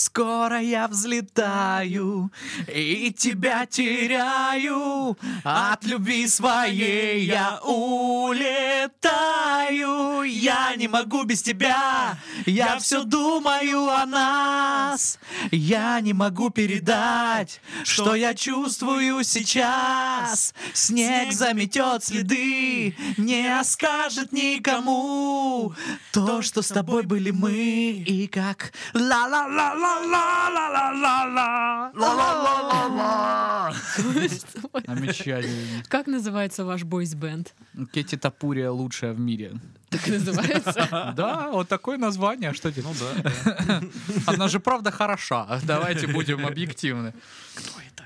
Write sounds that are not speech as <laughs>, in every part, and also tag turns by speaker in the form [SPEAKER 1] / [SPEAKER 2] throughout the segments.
[SPEAKER 1] Скоро я взлетаю и тебя теряю. От любви своей я улетаю. Я не могу без тебя, я все думаю о нас. Я не могу передать, что я чувствую сейчас. Снег заметет следы, не скажет никому то, что с тобой были мы и как ла ла ла ла ла ла ла ла ла
[SPEAKER 2] Ну
[SPEAKER 1] ла ла
[SPEAKER 3] <laughs>
[SPEAKER 1] Намечание.
[SPEAKER 3] Как называется ваш бойс-бенд?
[SPEAKER 1] Кетти Тапурия лучшая в мире.
[SPEAKER 3] Так и
[SPEAKER 1] <laughs>
[SPEAKER 3] называется.
[SPEAKER 1] Да, вот такое название, что тебе? Ну да. Она же правда хороша. Давайте будем объективны.
[SPEAKER 2] Кто это?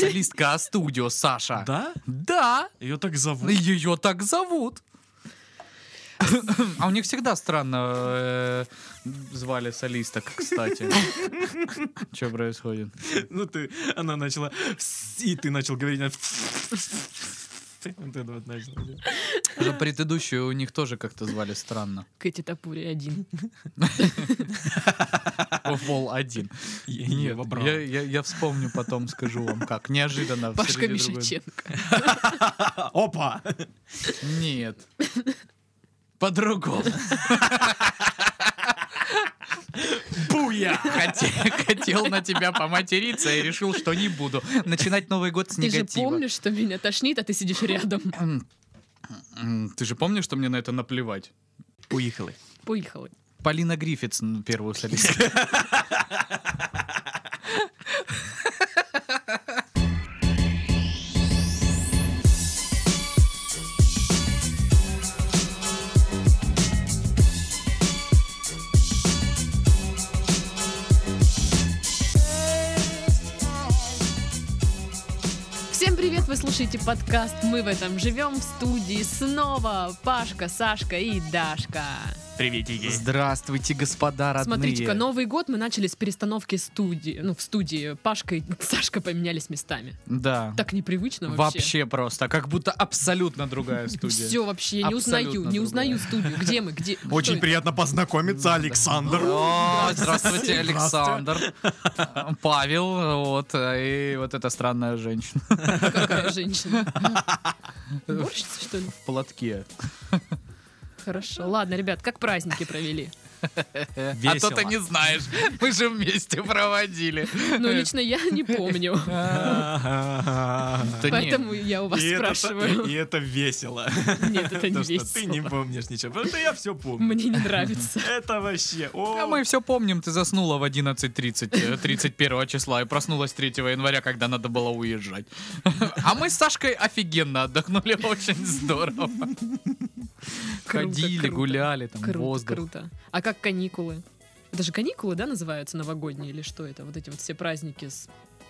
[SPEAKER 1] Солистка студио Саша.
[SPEAKER 2] Да?
[SPEAKER 1] Да.
[SPEAKER 2] Ее так зовут.
[SPEAKER 1] Ее так зовут. А у них всегда странно э, звали солисток, кстати. Что происходит?
[SPEAKER 2] Ну ты, она начала, и ты начал говорить. она Вот это вот начал.
[SPEAKER 1] Уже предыдущую у них тоже как-то звали странно.
[SPEAKER 3] Кэти Тапури один.
[SPEAKER 1] Вол один.
[SPEAKER 2] Я не
[SPEAKER 1] Нет,
[SPEAKER 2] вобрал.
[SPEAKER 1] я, я, я вспомню потом, скажу вам как. Неожиданно.
[SPEAKER 3] Пашка
[SPEAKER 1] среди другой-
[SPEAKER 3] Мишиченко.
[SPEAKER 2] А, Опа!
[SPEAKER 1] Нет. По-другому. Буя! Хотел, хотел на тебя поматериться и решил, что не буду. Начинать Новый год с
[SPEAKER 3] Ты же
[SPEAKER 1] негатива.
[SPEAKER 3] помнишь, что меня тошнит, а ты
[SPEAKER 1] <laughs>
[SPEAKER 3] сидишь рядом.
[SPEAKER 1] М, Ты же помнишь, что мне на это наплевать?
[SPEAKER 2] Уехала.
[SPEAKER 3] Поехала.
[SPEAKER 1] Полина Гриффитс, м, первую солистку.
[SPEAKER 3] Всем привет! Вы слушаете подкаст «Мы в этом живем» в студии снова Пашка, Сашка и Дашка.
[SPEAKER 2] Приветики.
[SPEAKER 1] Здравствуйте, господа родные.
[SPEAKER 3] Смотрите-ка, ну, Новый год мы начали с перестановки студии. Ну, в студии Пашка и <laughs> Сашка поменялись местами.
[SPEAKER 1] Да.
[SPEAKER 3] Так непривычно вообще.
[SPEAKER 1] Вообще просто, как будто абсолютно другая студия.
[SPEAKER 3] Все вообще, не узнаю,
[SPEAKER 1] Абсолютно
[SPEAKER 3] не узнаю студию. Где мы, где? кто
[SPEAKER 2] Очень
[SPEAKER 3] это?
[SPEAKER 2] приятно познакомиться, Александр.
[SPEAKER 1] О, здравствуйте, Александр. Павел, вот, э, и вот эта странная женщина
[SPEAKER 3] Какая женщина?
[SPEAKER 1] <laughs>
[SPEAKER 3] Борщица, что ли?
[SPEAKER 1] в платке.
[SPEAKER 3] Хорошо. Ладно, ребят, как праздники провели?
[SPEAKER 1] А то ты не знаешь, <laughs> мы же вместе проводили. <laughs> А,
[SPEAKER 3] Ну, лично я не помню.
[SPEAKER 2] Ага.
[SPEAKER 1] Да
[SPEAKER 3] Поэтому
[SPEAKER 1] нет,
[SPEAKER 3] я у вас
[SPEAKER 2] И это-
[SPEAKER 3] спрашиваю.
[SPEAKER 2] И это весело.
[SPEAKER 3] Нет, это не
[SPEAKER 2] Потому что ты не
[SPEAKER 3] весело.
[SPEAKER 2] помнишь ничего. Потому что я все помню.
[SPEAKER 3] Мне не нравится.
[SPEAKER 2] Это вообще... о,
[SPEAKER 1] а мы все помним, ты заснула в 11.30, э, 31 числа и проснулась 3 января, когда надо было уезжать. <laughs> А мы с Сашкой офигенно отдохнули, <laughs> очень здорово.
[SPEAKER 3] Круто,
[SPEAKER 1] <laughs> Ходили,
[SPEAKER 3] круто.
[SPEAKER 1] гуляли, там
[SPEAKER 3] Круто,
[SPEAKER 1] воздух.
[SPEAKER 3] круто. А как каникулы? Это же каникулы, да, называются новогодние или что это? Вот эти вот все праздники с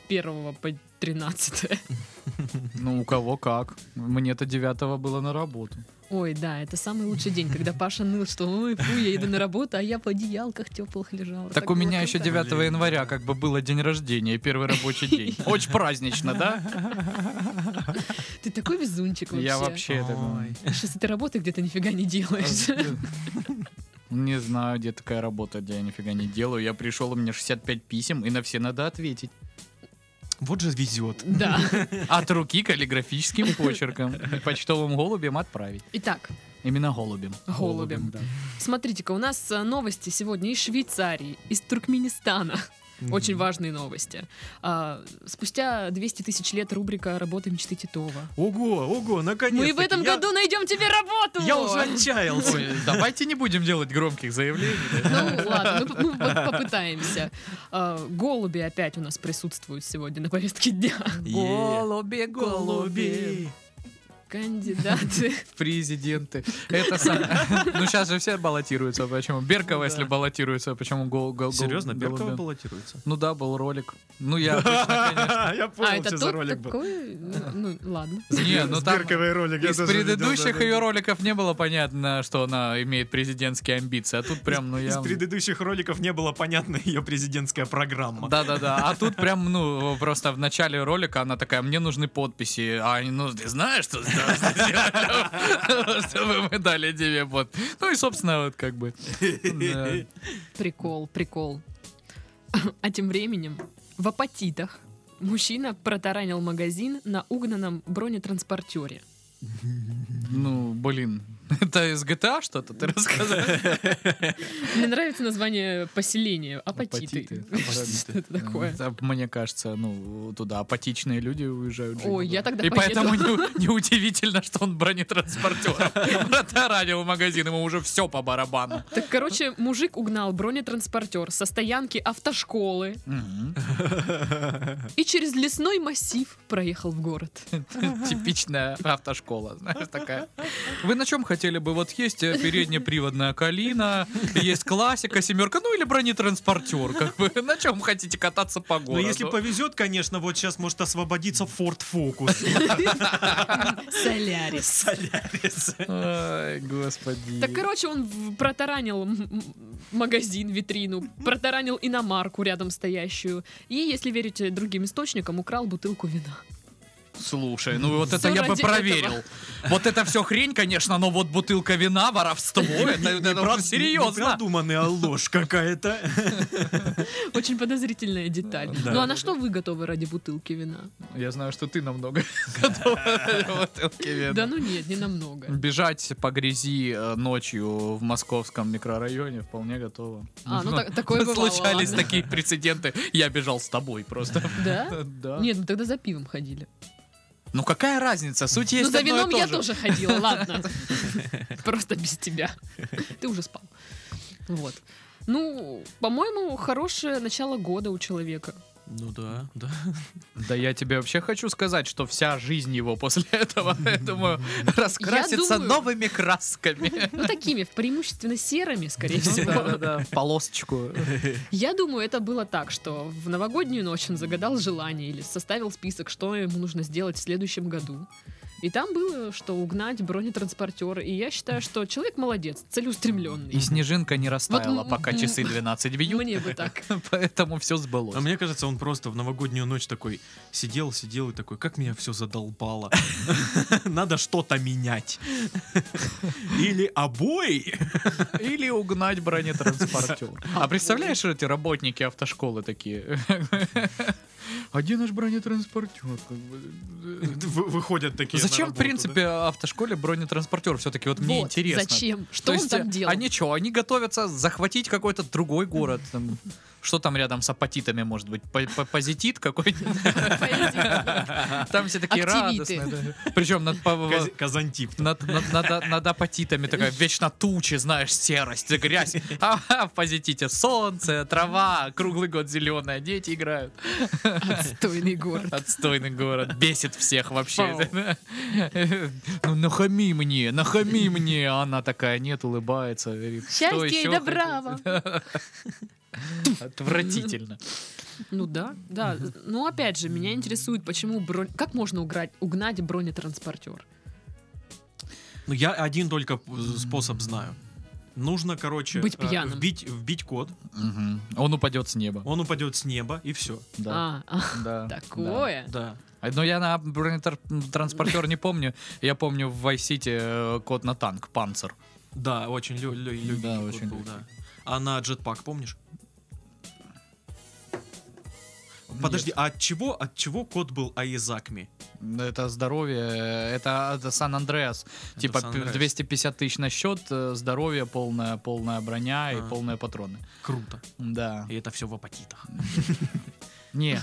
[SPEAKER 3] 1 по 13.
[SPEAKER 1] Ну, у кого как. Мне-то 9 было на работу.
[SPEAKER 3] <laughs> Ой, да, это самый лучший день, когда Паша ныл, что ой, фу, я иду на работу, а я в одеялках теплых лежала.
[SPEAKER 1] Так у
[SPEAKER 3] было
[SPEAKER 1] меня
[SPEAKER 3] круто.
[SPEAKER 1] еще 9
[SPEAKER 2] Блин,
[SPEAKER 1] января как бы было день рождения, первый рабочий
[SPEAKER 3] <laughs>
[SPEAKER 1] день. Очень празднично, да?
[SPEAKER 3] Ты такой везунчик вообще.
[SPEAKER 1] Я вообще это...
[SPEAKER 2] Ой.
[SPEAKER 3] Сейчас ты работы где-то нифига не делаешь.
[SPEAKER 1] А, <laughs> Не знаю, где такая работа, где я нифига не делаю. Я пришел, у меня 65 писем, и на все надо ответить.
[SPEAKER 2] Вот же везет.
[SPEAKER 3] Да.
[SPEAKER 1] От руки каллиграфическим почерком. И почтовым голубем отправить.
[SPEAKER 3] Итак,
[SPEAKER 1] Именно голубем.
[SPEAKER 3] Голубем.
[SPEAKER 1] да.
[SPEAKER 3] смотрите-ка, у нас э, новости сегодня из Швейцарии, из Туркменистана. Очень важные новости. А, спустя 200 тысяч лет рубрика «Работа мечты Титова».
[SPEAKER 2] Ого, ого, наконец-то.
[SPEAKER 3] Мы в этом году найдем тебе работу!
[SPEAKER 2] Я уже отчаялся.
[SPEAKER 1] Ой, давайте не будем делать громких заявлений.
[SPEAKER 3] Ну ладно, мы, мы по- попытаемся. А, голуби опять у нас присутствуют сегодня на повестке дня.
[SPEAKER 1] Голуби,
[SPEAKER 3] Кандидаты.
[SPEAKER 1] президенты. Это сам- Ну, сейчас же все баллотируются, почему? Беркова,
[SPEAKER 2] Ну, да.
[SPEAKER 1] если баллотируется, почему гол... гол- гол-
[SPEAKER 2] Серьезно, Беркова
[SPEAKER 1] голубя?
[SPEAKER 2] <laughs> баллотируется?
[SPEAKER 1] Ну да, был ролик. Ну, я <laughs> обычно,
[SPEAKER 2] Я
[SPEAKER 3] А
[SPEAKER 2] понял,
[SPEAKER 3] это
[SPEAKER 2] что за
[SPEAKER 3] тот
[SPEAKER 2] ролик был.
[SPEAKER 3] такой... Ну ну, ладно.
[SPEAKER 1] конечно... Не, ну там...
[SPEAKER 2] Берковой ролик. я
[SPEAKER 1] Из
[SPEAKER 2] даже видел,
[SPEAKER 1] предыдущих
[SPEAKER 2] да-да-да.
[SPEAKER 1] ее роликов не было понятно, что она имеет президентские амбиции, а тут прям, ну,
[SPEAKER 2] Из
[SPEAKER 1] я...
[SPEAKER 2] предыдущих роликов не было понятна ее президентская программа.
[SPEAKER 1] Да-да-да, а тут прям, ну, просто в начале ролика она такая, мне нужны подписи, а они, ну, ты знаешь, что здравствуй, <laughs> чтобы мы дали тебе подпись. Ну и, собственно, вот как бы... да.
[SPEAKER 3] Прикол, прикол. А тем временем в апатитах мужчина протаранил магазин на угнанном бронетранспортере.
[SPEAKER 1] Ну, блин. Это из GTA что-то ты рассказал?
[SPEAKER 3] Мне нравится название поселения
[SPEAKER 1] Апатиты.
[SPEAKER 3] апатиты. <laughs> Что
[SPEAKER 2] Апатиты.
[SPEAKER 3] это такое?
[SPEAKER 1] Да, Мне кажется, ну, туда апатичные люди уезжают. жить.
[SPEAKER 3] Ой, я тогда
[SPEAKER 1] И
[SPEAKER 3] поеду.
[SPEAKER 1] поэтому не- неудивительно, что он бронетранспортером протаранил магазин, ему уже все по барабану.
[SPEAKER 3] Так, короче, мужик угнал бронетранспортер со стоянки автошколы
[SPEAKER 1] Мгм.
[SPEAKER 3] и через лесной массив проехал в город.
[SPEAKER 1] Типичная автошкола, знаешь, такая. Вы на чем хотели бы? Вот есть э, переднеприводная калина, есть классика, семерка, ну или бронетранспортер, как бы. На чем хотите кататься по
[SPEAKER 2] Но
[SPEAKER 1] городу?
[SPEAKER 2] Ну, если повезет, конечно, вот сейчас может освободиться Ford Focus. <laughs>
[SPEAKER 3] Солярис.
[SPEAKER 2] Солярис.
[SPEAKER 1] Ай, господи.
[SPEAKER 3] Так, короче, он в- протаранил м- м- магазин, витрину, протаранил иномарку рядом стоящую. И, если верите другим источникам, украл бутылку вина. <laughs>
[SPEAKER 1] Слушай, ну вот это
[SPEAKER 3] Всё
[SPEAKER 1] я бы
[SPEAKER 3] ради
[SPEAKER 1] проверил. Вот это все хрень, конечно, но вот бутылка вина,
[SPEAKER 3] <laughs>
[SPEAKER 1] воровство, это, это
[SPEAKER 2] <laughs>
[SPEAKER 3] ну,
[SPEAKER 2] Брат,
[SPEAKER 1] уже серьезно.
[SPEAKER 2] непродуманная ложь какая-то.
[SPEAKER 3] Очень подозрительная деталь.
[SPEAKER 2] Да.
[SPEAKER 3] Ну а на что вы готовы ради бутылки вина?
[SPEAKER 1] Я знаю, что ты намного <laughs> готова к бутылке вина.
[SPEAKER 3] Да ну нет, не намного.
[SPEAKER 1] Бежать по грязи э, ночью в московском микрорайоне вполне готово.
[SPEAKER 3] А,
[SPEAKER 1] <laughs>
[SPEAKER 3] ну так- такое бывало,
[SPEAKER 1] Случались
[SPEAKER 3] ладно.
[SPEAKER 1] такие прецеденты. Я бежал с тобой просто.
[SPEAKER 3] Да?
[SPEAKER 1] <laughs> Да.
[SPEAKER 3] Нет, ну тогда за пивом ходили.
[SPEAKER 1] Ну какая разница? Суть
[SPEAKER 3] Ну
[SPEAKER 1] есть
[SPEAKER 3] за
[SPEAKER 1] одно и
[SPEAKER 3] вином
[SPEAKER 1] то
[SPEAKER 3] я
[SPEAKER 1] же.
[SPEAKER 3] тоже ходила,
[SPEAKER 1] <laughs>
[SPEAKER 3] ладно. Просто без тебя. Ты уже спал. Вот. Ну, по-моему, хорошее начало года у человека.
[SPEAKER 2] Ну да, да.
[SPEAKER 1] Да я тебе вообще хочу сказать, что вся жизнь его после <laughs> этого, я думаю, раскрасится
[SPEAKER 3] думаю-
[SPEAKER 1] новыми красками.
[SPEAKER 3] Ну, такими, преимущественно серыми, скорее всего.
[SPEAKER 1] Да-да-да, в полосочку.
[SPEAKER 3] Я думаю, это было так, что в новогоднюю ночь он загадал желание или составил список, что ему нужно сделать в следующем году. И там было, что угнать бронетранспортер. И я считаю, что человек молодец, целеустремленный.
[SPEAKER 1] И снежинка не растаяла,
[SPEAKER 3] Вот м-
[SPEAKER 1] пока
[SPEAKER 3] м-
[SPEAKER 1] часы 12 бьют,
[SPEAKER 3] Мне бы так.
[SPEAKER 1] <laughs> поэтому все сбылось.
[SPEAKER 2] А мне кажется, он просто в новогоднюю ночь такой сидел, сидел и такой, как меня все задолбало. <laughs> Надо что-то <laughs> менять. Или обои.
[SPEAKER 1] Или угнать бронетранспортер. А представляешь, эти работники автошколы такие? <laughs> Один наш бронетранспортер. как бы.
[SPEAKER 2] <laughs> Вы- Выходят такие. на
[SPEAKER 1] Зачем, в
[SPEAKER 2] работу,
[SPEAKER 1] принципе, автошколе бронетранспортер? Все-таки вот мне
[SPEAKER 3] Вот,
[SPEAKER 1] интересно.
[SPEAKER 3] Зачем? Что
[SPEAKER 1] То
[SPEAKER 3] он
[SPEAKER 1] есть,
[SPEAKER 3] там
[SPEAKER 1] э,
[SPEAKER 3] делал?
[SPEAKER 1] Они что, они готовятся захватить какой-то другой город? там, Что там рядом с апатитами, может быть? По- по- Позитит какой-нибудь? <laughs> Там все такие
[SPEAKER 3] Активиты.
[SPEAKER 1] радостные. Причем над
[SPEAKER 2] да?
[SPEAKER 1] по-
[SPEAKER 2] Каз- Казантип.
[SPEAKER 1] над, над, над, над апатитами такая вечно тучи, знаешь, серость, грязь. А, а в позитите солнце, трава, круглый год зеленая, дети играют.
[SPEAKER 3] Отстойный город.
[SPEAKER 1] Отстойный город, бесит всех вообще.
[SPEAKER 3] Фау.
[SPEAKER 1] <laughs> Ну, нахами мне, нахами мне. А Она такая, нет, улыбается. говорит, «Что
[SPEAKER 3] Счастья и
[SPEAKER 1] еще
[SPEAKER 3] добра вам».
[SPEAKER 1] хотите?» Отвратительно.
[SPEAKER 3] Ну да, да. Ну опять же, меня интересует, почему бронь... Как можно уграть- угнать бронетранспортер?
[SPEAKER 2] Ну, я один только п- способ знаю. Нужно, короче,
[SPEAKER 3] Быть
[SPEAKER 2] э,
[SPEAKER 3] пьяным.
[SPEAKER 2] вбить, вбить код,
[SPEAKER 1] Мгм. Он упадет с неба.
[SPEAKER 2] он упадет с неба, и все.
[SPEAKER 1] Да,
[SPEAKER 3] А, а,
[SPEAKER 1] да, да.
[SPEAKER 3] такое?
[SPEAKER 2] Да.
[SPEAKER 1] А, Ну, я на бронетранспортер не помню. Я помню в Vice City э, кот на танк, панцер.
[SPEAKER 2] Да, очень лю- лю- любимый
[SPEAKER 1] Да,
[SPEAKER 2] код
[SPEAKER 1] очень
[SPEAKER 2] был,
[SPEAKER 1] любимый.
[SPEAKER 2] да. А на джетпак, помнишь? Подожди, а от чего, от чего код был Аизакми?
[SPEAKER 1] Ну, Это здоровье, э, это, это Сан-Андреас.
[SPEAKER 2] Это
[SPEAKER 1] Типа
[SPEAKER 2] Сан
[SPEAKER 1] пи-
[SPEAKER 2] Андреас.
[SPEAKER 1] 250 тысяч на счет, э, здоровье, полная, полная броня
[SPEAKER 2] А.
[SPEAKER 1] и полные патроны.
[SPEAKER 2] Круто.
[SPEAKER 1] Да.
[SPEAKER 2] И это все в апатитах.
[SPEAKER 1] Не.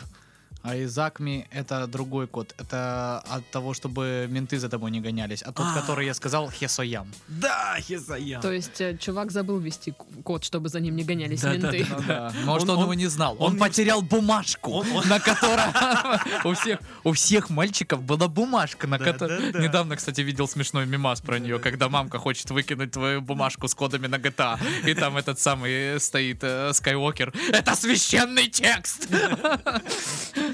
[SPEAKER 1] А Изакми это другой код. Это от того, чтобы менты за тобой не гонялись. А тот,
[SPEAKER 2] А.
[SPEAKER 1] который я сказал, Хесоям.
[SPEAKER 2] Да, Хизая.
[SPEAKER 3] То есть э, чувак забыл вести к- код, чтобы за ним не гонялись
[SPEAKER 2] Да, да,
[SPEAKER 3] менты.
[SPEAKER 2] Ну
[SPEAKER 1] <laughs>
[SPEAKER 2] да.
[SPEAKER 1] Может,
[SPEAKER 2] Он-
[SPEAKER 1] он,
[SPEAKER 2] он-
[SPEAKER 1] его не знал.
[SPEAKER 2] он
[SPEAKER 1] Он,
[SPEAKER 2] не-
[SPEAKER 1] потерял бумажку,
[SPEAKER 2] Он- он-
[SPEAKER 1] на которой <laughs> у всех у всех мальчиков была бумажка, на
[SPEAKER 2] Да,
[SPEAKER 1] которой
[SPEAKER 2] да, да.
[SPEAKER 1] недавно, кстати, видел смешной мимас про нее, когда мамка хочет выкинуть твою бумажку с кодами на GTA, и там этот самый э, стоит э, Скайуокер. Это священный текст. <laughs>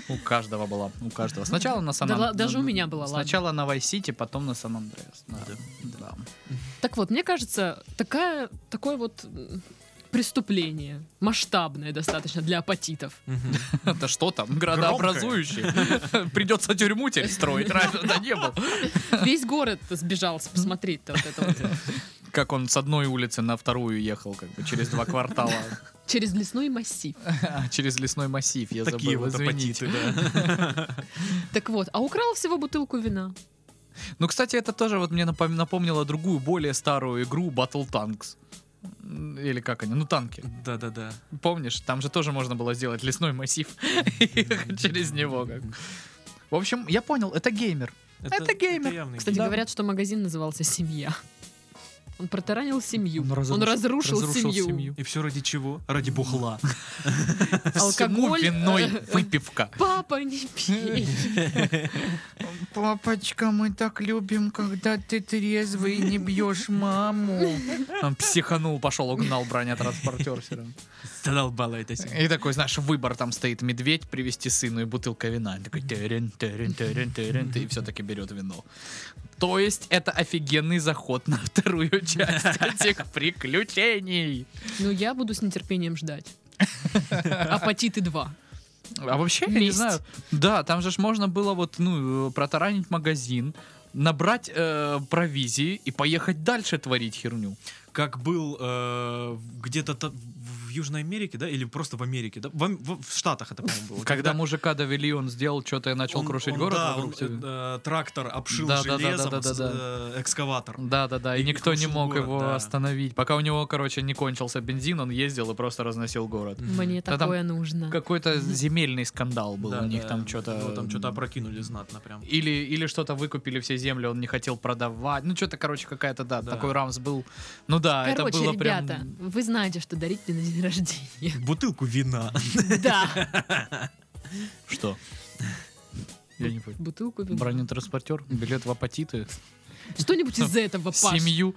[SPEAKER 1] У каждого была, у каждого. Сначала на Сан
[SPEAKER 3] Да
[SPEAKER 1] Ан-
[SPEAKER 3] ла- даже у меня была,
[SPEAKER 1] Сначала на Вайс Сити, потом на Сан Андреас. Да. Да.
[SPEAKER 3] <laughs>
[SPEAKER 1] <laughs>
[SPEAKER 3] Так вот, мне кажется, такая, такое вот м, преступление, масштабное достаточно для
[SPEAKER 1] <laughs>
[SPEAKER 3] апатитов.
[SPEAKER 2] Мгм.
[SPEAKER 1] Это что там? Градообразующий. <laughs> Придется тюрьму теперь
[SPEAKER 2] <laughs>
[SPEAKER 1] строить. Раньше туда не было.
[SPEAKER 3] Весь город сбежал с-
[SPEAKER 1] <laughs>
[SPEAKER 3] посмотреть-то вот это вот.
[SPEAKER 1] Как он с одной улицы на вторую ехал, как бы через два квартала.
[SPEAKER 3] Через лесной массив.
[SPEAKER 1] <laughs> Через лесной массив, я
[SPEAKER 2] Такие
[SPEAKER 1] забыл,
[SPEAKER 2] вот
[SPEAKER 1] извините.
[SPEAKER 2] апатиты, да.
[SPEAKER 3] Так вот, а украл всего бутылку вина.
[SPEAKER 1] Ну, кстати, это тоже вот мне напом- напомнило другую, более старую игру Battle Tanks. М, Или как они? Ну, танки.
[SPEAKER 2] <laughs> Да-да-да.
[SPEAKER 1] Помнишь, там же тоже можно было сделать лесной массив <laughs> и ехать через него. как. В общем, я понял, это геймер. Это геймер.
[SPEAKER 2] явный
[SPEAKER 3] Кстати,
[SPEAKER 1] Да.
[SPEAKER 3] говорят, что магазин назывался «Семья». Он протаранил семью.
[SPEAKER 1] Он
[SPEAKER 3] Он
[SPEAKER 1] разрушил-
[SPEAKER 3] разрушил,
[SPEAKER 1] разрушил
[SPEAKER 3] семью.
[SPEAKER 1] семью.
[SPEAKER 2] И все ради чего? Ради бухла.
[SPEAKER 1] Всему <laughs>
[SPEAKER 3] Алкоголь,
[SPEAKER 1] виной
[SPEAKER 3] э,
[SPEAKER 1] выпивка.
[SPEAKER 3] Папа, не
[SPEAKER 1] <laughs>
[SPEAKER 3] пей.
[SPEAKER 1] Папочка, мы так любим, когда ты трезвый и не бьешь маму. Он психанул, пошел, угнал бронетранспортер все равно.
[SPEAKER 2] Задолбала это семья.
[SPEAKER 1] Типа. И такой, знаешь, выбор там стоит медведь привести сыну и бутылка вина. И такой терен, терен, терен, терен, и все-таки берет вино. То есть это офигенный заход на вторую <laughs> часть этих приключений.
[SPEAKER 3] Ну, я буду с нетерпением ждать.
[SPEAKER 1] <laughs>
[SPEAKER 3] Апатиты 2.
[SPEAKER 1] А вообще, я не
[SPEAKER 3] Месть.
[SPEAKER 1] знаю. Да, там же ж можно было вот, ну, э, протаранить магазин, набрать э, провизии и поехать дальше творить херню.
[SPEAKER 2] Как был э, где-то та- в Южной Америке, да, или просто в Америке, да, в, Ам- в- в Штатах это, по-моему, было.
[SPEAKER 1] Когда мужика довели, он сделал что-то и начал
[SPEAKER 2] он-
[SPEAKER 1] крушить
[SPEAKER 2] он,
[SPEAKER 1] город
[SPEAKER 2] да,
[SPEAKER 1] вокруг
[SPEAKER 2] он,
[SPEAKER 1] себя.
[SPEAKER 2] э, трактор обшил
[SPEAKER 1] Да, да, да,
[SPEAKER 2] железом
[SPEAKER 1] да, да,
[SPEAKER 2] с,
[SPEAKER 1] да.
[SPEAKER 2] э, экскаватор.
[SPEAKER 1] Да, да, да. И,
[SPEAKER 2] И- и
[SPEAKER 1] никто не
[SPEAKER 2] крушил
[SPEAKER 1] мог
[SPEAKER 2] город,
[SPEAKER 1] его
[SPEAKER 2] да.
[SPEAKER 1] остановить. Пока у него, короче, не кончился бензин, он ездил и просто разносил город.
[SPEAKER 2] Мгм.
[SPEAKER 3] Мне
[SPEAKER 1] Да там
[SPEAKER 3] такое нужно.
[SPEAKER 1] Какой-то земельный скандал был
[SPEAKER 2] Да,
[SPEAKER 1] у них
[SPEAKER 2] да.
[SPEAKER 1] там что-то.
[SPEAKER 2] Его там что-то опрокинули знатно прям.
[SPEAKER 1] Или, или что-то выкупили все земли, он не хотел продавать. Ну, что-то, короче, какая-то, да,
[SPEAKER 2] Да.
[SPEAKER 1] такой рамс был. Ну да, это
[SPEAKER 3] Короче,
[SPEAKER 1] было прям.
[SPEAKER 3] ребята, вы знаете, что дарить мне на день рождения. <laughs>
[SPEAKER 2] Бутылку
[SPEAKER 1] <laughs>
[SPEAKER 2] вина.
[SPEAKER 3] Да.
[SPEAKER 1] Что? Я не понял.
[SPEAKER 3] Бутылку вина.
[SPEAKER 1] Бронетранспортер, билет в апатиты,
[SPEAKER 3] Что-нибудь из этого, Паш.
[SPEAKER 1] семью,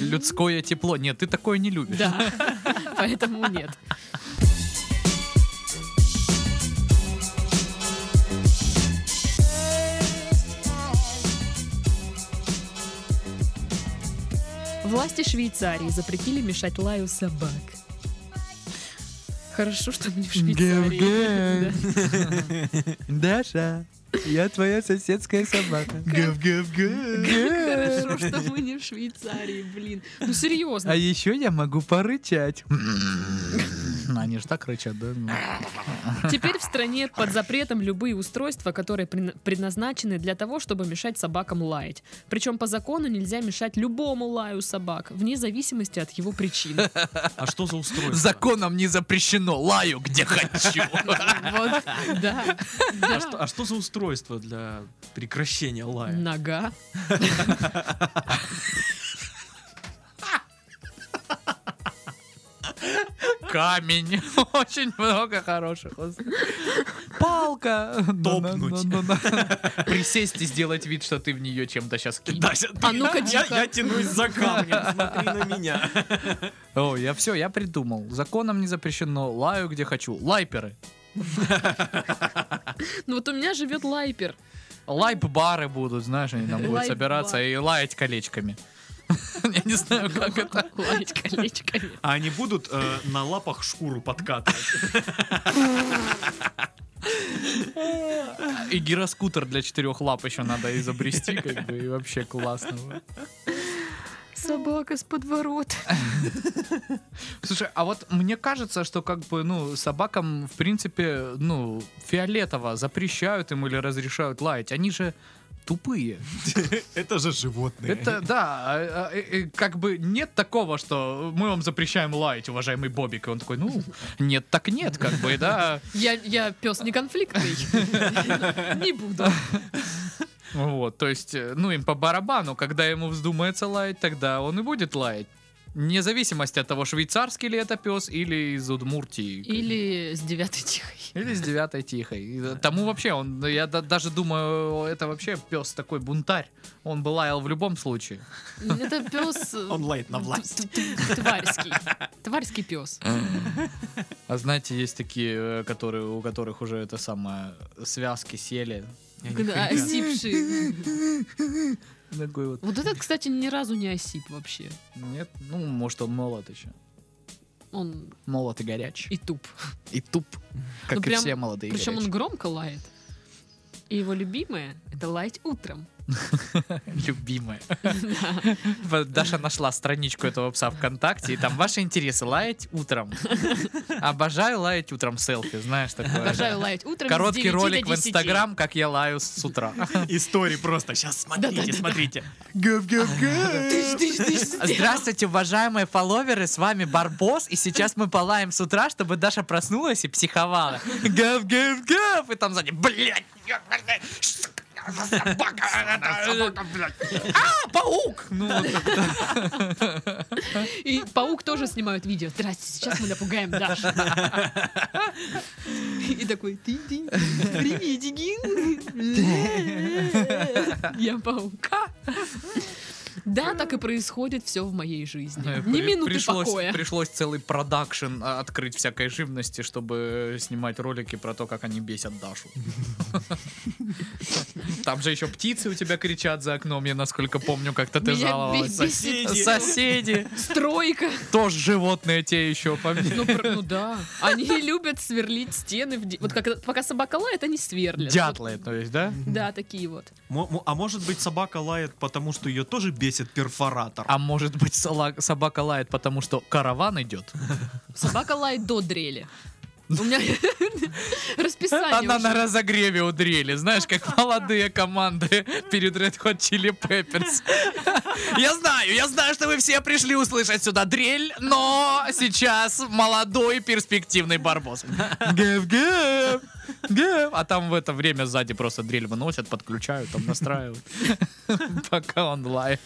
[SPEAKER 1] <laughs> людское тепло. Нет, ты такое не любишь.
[SPEAKER 3] Да. <laughs> Поэтому нет. Власти Швейцарии запретили мешать лаю собак. Хорошо, что мы не в Швейцарии. <laughs> Да.
[SPEAKER 1] Даша, я твоя соседская собака.
[SPEAKER 3] Хорошо, что мы не в Швейцарии, блин. Ну серьезно.
[SPEAKER 1] еще А я могу порычать. Ну, Они же так рычат, да? Ну.
[SPEAKER 3] Теперь в стране под запретом любые устройства, которые прин- предназначены для того, чтобы мешать собакам лаять. Причем по закону нельзя мешать любому лаю собак, вне зависимости от его причин.
[SPEAKER 2] А что за устройство?
[SPEAKER 1] Законом не запрещено. Лаю, где хочу.
[SPEAKER 3] Вот, да,
[SPEAKER 2] <laughs> А что,
[SPEAKER 3] да.
[SPEAKER 2] а что за устройство для прекращения лая?
[SPEAKER 3] Нога.
[SPEAKER 1] Камень. Очень много хороших. Палка.
[SPEAKER 2] Топнуть.
[SPEAKER 1] Ну, ну, ну, ну. Присесть и сделать вид, что ты в нее чем-то сейчас
[SPEAKER 2] <laughs>
[SPEAKER 1] кинешь.
[SPEAKER 2] Дася,
[SPEAKER 3] А ну-ка,
[SPEAKER 2] я,
[SPEAKER 3] дико.
[SPEAKER 2] я тянусь за камнем,
[SPEAKER 1] <laughs>
[SPEAKER 2] смотри на меня.
[SPEAKER 1] О, я все, я придумал. Законом не запрещено. Лаю, где хочу. Лайперы.
[SPEAKER 3] Ну вот у меня живет лайпер.
[SPEAKER 1] Лайп-бары будут, знаешь, они там будут
[SPEAKER 3] Лайп-бар.
[SPEAKER 1] собираться и лаять колечками. <laughs> Я не знаю, как это.
[SPEAKER 3] Лаять колечками.
[SPEAKER 2] А они будут э, на лапах шкуру подкатывать.
[SPEAKER 1] И гироскутер для четырех лап еще надо изобрести, как бы, и вообще классно.
[SPEAKER 3] Собака с подворот.
[SPEAKER 1] Слушай, а вот мне кажется, что как бы, ну, собакам, в принципе, ну, фиолетово запрещают им или разрешают лаять. Они же тупые.
[SPEAKER 2] Это же животные.
[SPEAKER 1] Это, да, а, а, э, э, как бы нет такого, что мы вам запрещаем лаять, уважаемый Бобик. И он такой, ну, нет, так нет, как бы, да.
[SPEAKER 3] Я, я пес не
[SPEAKER 2] <laughs>
[SPEAKER 3] конфликтный. Не буду.
[SPEAKER 1] Вот, то есть, э, ну, им по барабану, когда ему вздумается лаять, тогда он и будет лаять. Вне зависимости от того, швейцарский ли это пес или из Удмуртии.
[SPEAKER 3] Или с девятой тихой.
[SPEAKER 1] Или с девятой тихой. И Тому вообще, он, ну, я да- даже думаю, это вообще пес такой бунтарь. Он бы лаял в любом случае.
[SPEAKER 3] Это пес...
[SPEAKER 2] Он лает на власть.
[SPEAKER 3] Тварский. Тварский пес.
[SPEAKER 1] А знаете, есть такие, э, которые, у которых уже это самое связки сели.
[SPEAKER 2] Я не
[SPEAKER 3] Да,
[SPEAKER 2] хрен.
[SPEAKER 3] осипший.
[SPEAKER 1] Такой вот.
[SPEAKER 3] Вот этот, кстати, ни разу не осип вообще.
[SPEAKER 1] Нет, ну, может, он молод еще.
[SPEAKER 3] Он
[SPEAKER 1] Молод и горяч.
[SPEAKER 3] и туп.
[SPEAKER 1] И туп. Как
[SPEAKER 3] Ну,
[SPEAKER 1] и
[SPEAKER 3] прям-
[SPEAKER 1] все молодые.
[SPEAKER 3] Причем он
[SPEAKER 1] горячие.
[SPEAKER 3] громко лает. И его любимое — это лаять утром. <laughs>
[SPEAKER 1] Любимая. Вот Даша нашла страничку этого пса ВКонтакте, и там ваши интересы лаять
[SPEAKER 3] <laughs>
[SPEAKER 1] утром. Обожаю лаять утром селфи, знаешь такое.
[SPEAKER 3] Обожаю лаять утром с
[SPEAKER 1] Короткий
[SPEAKER 3] 9 до
[SPEAKER 1] ролик в
[SPEAKER 3] 10.
[SPEAKER 1] Инстаграм, как я лаю с
[SPEAKER 3] <laughs>
[SPEAKER 1] утра.
[SPEAKER 2] <laughs> Истории просто. Сейчас смотрите,
[SPEAKER 3] Да-да-да.
[SPEAKER 2] смотрите.
[SPEAKER 3] Тыщ, тыщ, тыщ, тыщ.
[SPEAKER 1] Здравствуйте, уважаемые фолловеры, с вами Барбос, и сейчас мы полаем с утра, чтобы Даша проснулась и психовала. Гав, гав, гав, и там сзади, блядь, я, блядь, ш- собака, это, собака, блядь. А, паук! Ну,
[SPEAKER 3] И паук тоже снимают видео. Здрасте, сейчас мы напугаем Дашу. И такой, ты приветики. Я паука. Да, так и происходит все в моей жизни. Ни
[SPEAKER 1] Э, При-
[SPEAKER 3] минуты
[SPEAKER 1] пришлось,
[SPEAKER 3] покоя.
[SPEAKER 1] Пришлось целый продакшн а, открыть всякой живности, чтобы снимать ролики про то, как они бесят
[SPEAKER 3] <laughs>
[SPEAKER 1] Дашу. Там же еще птицы у тебя кричат за окном, я насколько помню, как-то ты
[SPEAKER 3] Меня
[SPEAKER 1] жаловалась.
[SPEAKER 3] бе- бесит
[SPEAKER 1] Соси- Соседи,
[SPEAKER 3] Стройка.
[SPEAKER 1] тоже животные те еще, помни.
[SPEAKER 3] Ну, про- ну да. Они <laughs> любят сверлить стены. в де- Вот как, пока собака лает, они сверлят.
[SPEAKER 1] Дятлы, то есть, да?
[SPEAKER 3] Да, такие вот.
[SPEAKER 2] Мо- мо- А может быть собака лает, потому что ее тоже бесит перфоратор?
[SPEAKER 1] А может быть сола- собака лает, потому что караван идет?
[SPEAKER 3] Собака лает до дрели. У меня <laughs> расписание
[SPEAKER 1] Она
[SPEAKER 3] уже.
[SPEAKER 1] на разогреве у дрели, знаешь,
[SPEAKER 3] <laughs>
[SPEAKER 1] как молодые команды перед Red Hot Chili
[SPEAKER 3] <laughs>
[SPEAKER 1] Peppers. Я знаю, я знаю, что вы все пришли услышать сюда дрель, но сейчас молодой перспективный
[SPEAKER 3] <laughs>
[SPEAKER 1] барбос. Гэв, гэв, гэв. А там в это время сзади просто дрель выносят, подключают, там настраивают. <laughs> Пока он лает.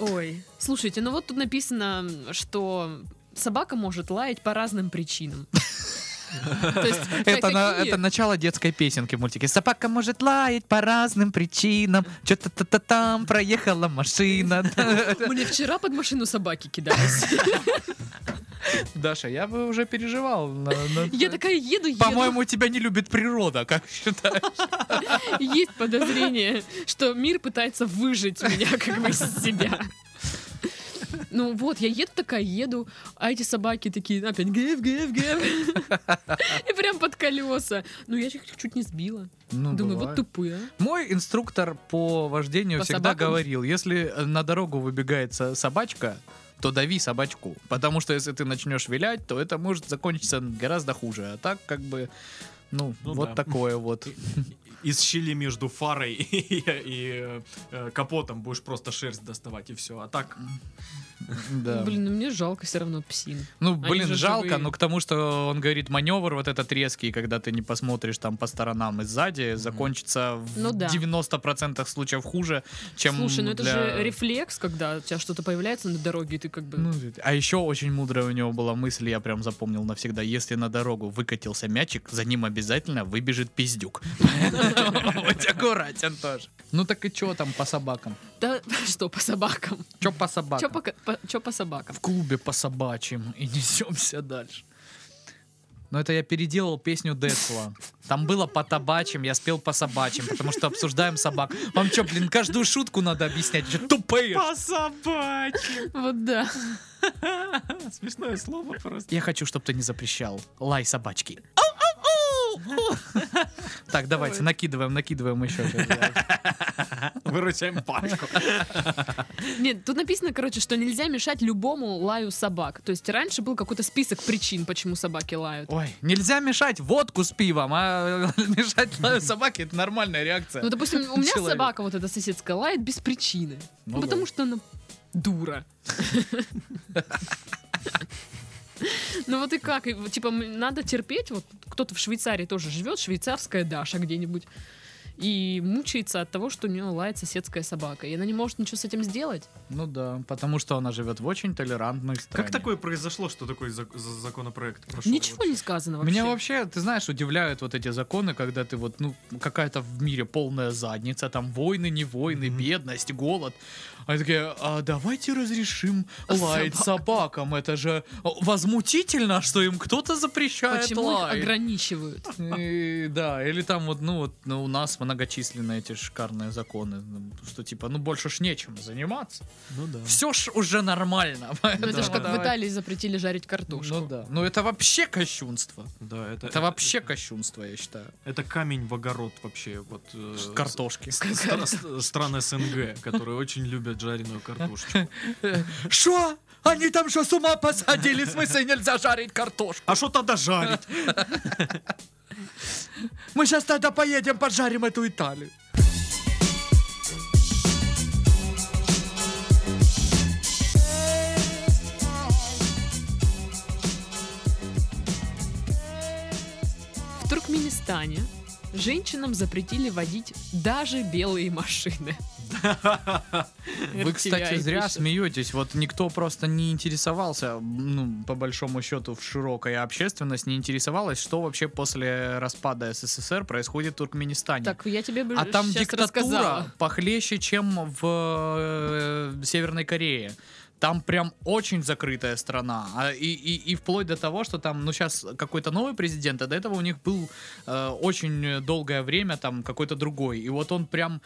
[SPEAKER 3] Ой, слушайте, ну вот тут написано, что собака может лаять по разным причинам. <laughs> То есть,
[SPEAKER 1] Это,
[SPEAKER 3] как-
[SPEAKER 1] на-
[SPEAKER 3] какие?
[SPEAKER 1] это начало детской песенки в мультике. Собака может лаять по разным причинам. Что-то там проехала
[SPEAKER 3] <laughs>
[SPEAKER 1] машина.
[SPEAKER 3] Мне вчера под машину собаки кидались. <laughs>
[SPEAKER 1] Даша, я бы уже переживал. но- <laughs> но-
[SPEAKER 3] Я такая еду, еду.
[SPEAKER 1] По-моему, тебя не любит природа, как считаешь?
[SPEAKER 3] есть подозрение, что мир пытается выжить меня как бы из себя. Ну вот, я еду такая, еду, а эти собаки такие опять гэв, гэв, гэв. И прям под колеса. Ну я их чуть не сбила.
[SPEAKER 1] Ну,
[SPEAKER 2] Ну,
[SPEAKER 3] Думаю, вот тупые. а.
[SPEAKER 1] Мой инструктор по вождению
[SPEAKER 3] По
[SPEAKER 1] всегда
[SPEAKER 3] собакам?
[SPEAKER 1] говорил, если на дорогу выбегает со- собачка, то дави собачку. Потому что если ты начнешь вилять, то это может закончиться гораздо хуже. А так, как бы, ну,
[SPEAKER 2] Ну
[SPEAKER 1] вот
[SPEAKER 2] да.
[SPEAKER 1] такое
[SPEAKER 2] <laughs>
[SPEAKER 1] вот.
[SPEAKER 2] Из щели между фарой <laughs> и, и, э, капотом будешь просто шерсть доставать и все. А так
[SPEAKER 1] Да.
[SPEAKER 3] Блин, ну мне жалко все равно псин.
[SPEAKER 1] Ну,
[SPEAKER 3] Они
[SPEAKER 1] блин,
[SPEAKER 3] же
[SPEAKER 1] жалко,
[SPEAKER 3] живые.
[SPEAKER 1] но к тому, что он говорит, маневр вот этот резкий, когда ты не посмотришь там по сторонам и сзади, закончится в
[SPEAKER 3] Ну да.
[SPEAKER 1] 90% случаев хуже, чем
[SPEAKER 3] Слушай, ну это
[SPEAKER 1] для-
[SPEAKER 3] же рефлекс, когда у тебя что-то появляется на дороге, и ты как бы...
[SPEAKER 1] Ну, а еще очень мудрая у него была мысль, я прям запомнил навсегда. Если на дорогу выкатился мячик, за ним обязательно выбежит пиздюк. <laughs> Поэтому Будь аккуратен тоже. Ну так и чё там по собакам?
[SPEAKER 3] Да <laughs> что по собакам?
[SPEAKER 1] Чё по
[SPEAKER 3] Че
[SPEAKER 1] собакам?
[SPEAKER 3] по, ко- по- чё по собакам?
[SPEAKER 1] В клубе по собачьим и несемся дальше. Но это я переделал песню Децла. Там было по табачьим, я спел по собачьим, потому что обсуждаем собак. Вам что, блин, каждую шутку надо объяснять? Чё тупые?
[SPEAKER 2] по собачьи.
[SPEAKER 1] Ну.
[SPEAKER 3] Вот да.
[SPEAKER 2] <laughs> Смешное слово просто.
[SPEAKER 1] Я хочу, чтобы ты не запрещал. Лай собачки. Так, давайте, накидываем, накидываем еще.
[SPEAKER 2] Выручаем пачку.
[SPEAKER 3] Нет, тут написано, короче, что нельзя мешать любому лаю собак. То есть раньше был какой-то список причин, почему собаки лают.
[SPEAKER 1] Ой, нельзя мешать водку с пивом, а <laughs> мешать лаю собаки это нормальная реакция. <laughs>
[SPEAKER 3] Ну, допустим, у меня
[SPEAKER 1] Человек.
[SPEAKER 3] собака вот эта соседская лает без причины.
[SPEAKER 1] Ну
[SPEAKER 3] Ну, потому
[SPEAKER 1] да.
[SPEAKER 3] что она дура. <laughs> Ну вот и как? И вот, Типа м, надо терпеть. Вот кто-то в Швейцарии тоже живет, швейцарская Даша где-нибудь. И мучается от того, что у нее лает соседская собака. И она не может ничего с этим сделать.
[SPEAKER 1] Ну да, потому что она живет в очень толерантной стране.
[SPEAKER 2] Как такое произошло, что такой зак- за- законопроект прошел?
[SPEAKER 3] Ничего не сказано вообще.
[SPEAKER 1] Меня вообще, ты знаешь, удивляют вот эти законы, когда ты вот, ну, какая-то в мире полная задница, там войны, не войны,
[SPEAKER 2] Мгм.
[SPEAKER 1] бедность, голод. Они такие, а давайте разрешим
[SPEAKER 3] А
[SPEAKER 1] лаять собакам. Это же возмутительно, что им кто-то запрещает
[SPEAKER 3] Почему их
[SPEAKER 1] лаять.
[SPEAKER 3] ограничивают?
[SPEAKER 1] И, да, или там вот, ну вот ну, у нас мы многочисленные эти шикарные законы, ну, что типа, ну больше ж нечем заниматься.
[SPEAKER 2] Ну да.
[SPEAKER 1] Все ж уже нормально. <laughs>
[SPEAKER 3] Ну, это
[SPEAKER 1] поэтому
[SPEAKER 3] же как в
[SPEAKER 1] давай.
[SPEAKER 3] Италии запретили жарить картошку.
[SPEAKER 1] Ну да. Ну это вообще кощунство.
[SPEAKER 2] Да, это,
[SPEAKER 1] Это вообще кощунство, я считаю.
[SPEAKER 2] Это камень в огород вообще. Вот, э,
[SPEAKER 1] С Картошки.
[SPEAKER 2] с- <laughs> стра- с- стран СНГ, которые очень любят жареную картошку.
[SPEAKER 1] Что? Они там что, с ума посадили? В смысле нельзя жарить картошку?
[SPEAKER 2] <laughs> А что тогда жарить?
[SPEAKER 1] Мы сейчас тогда поедем поджарим эту Италию. Ну.
[SPEAKER 3] В Туркменистане женщинам запретили водить даже белые машины.
[SPEAKER 1] Вы, кстати,
[SPEAKER 3] RTI
[SPEAKER 1] зря
[SPEAKER 3] пишет.
[SPEAKER 1] смеетесь. Вот никто просто не интересовался, ну, по большому счету, в широкой общественность не интересовалась, что вообще после распада СССР происходит в Туркменистане.
[SPEAKER 3] Так, я тебе бы
[SPEAKER 1] а там
[SPEAKER 3] щас
[SPEAKER 1] диктатура
[SPEAKER 3] рассказала.
[SPEAKER 1] похлеще, чем в э, Северной Корее. Там прям очень закрытая страна. А И, и, и вплоть до того, что там, ну, сейчас какой-то новый президент, а до этого у них был э, очень долгое время там какой-то другой. И вот он прям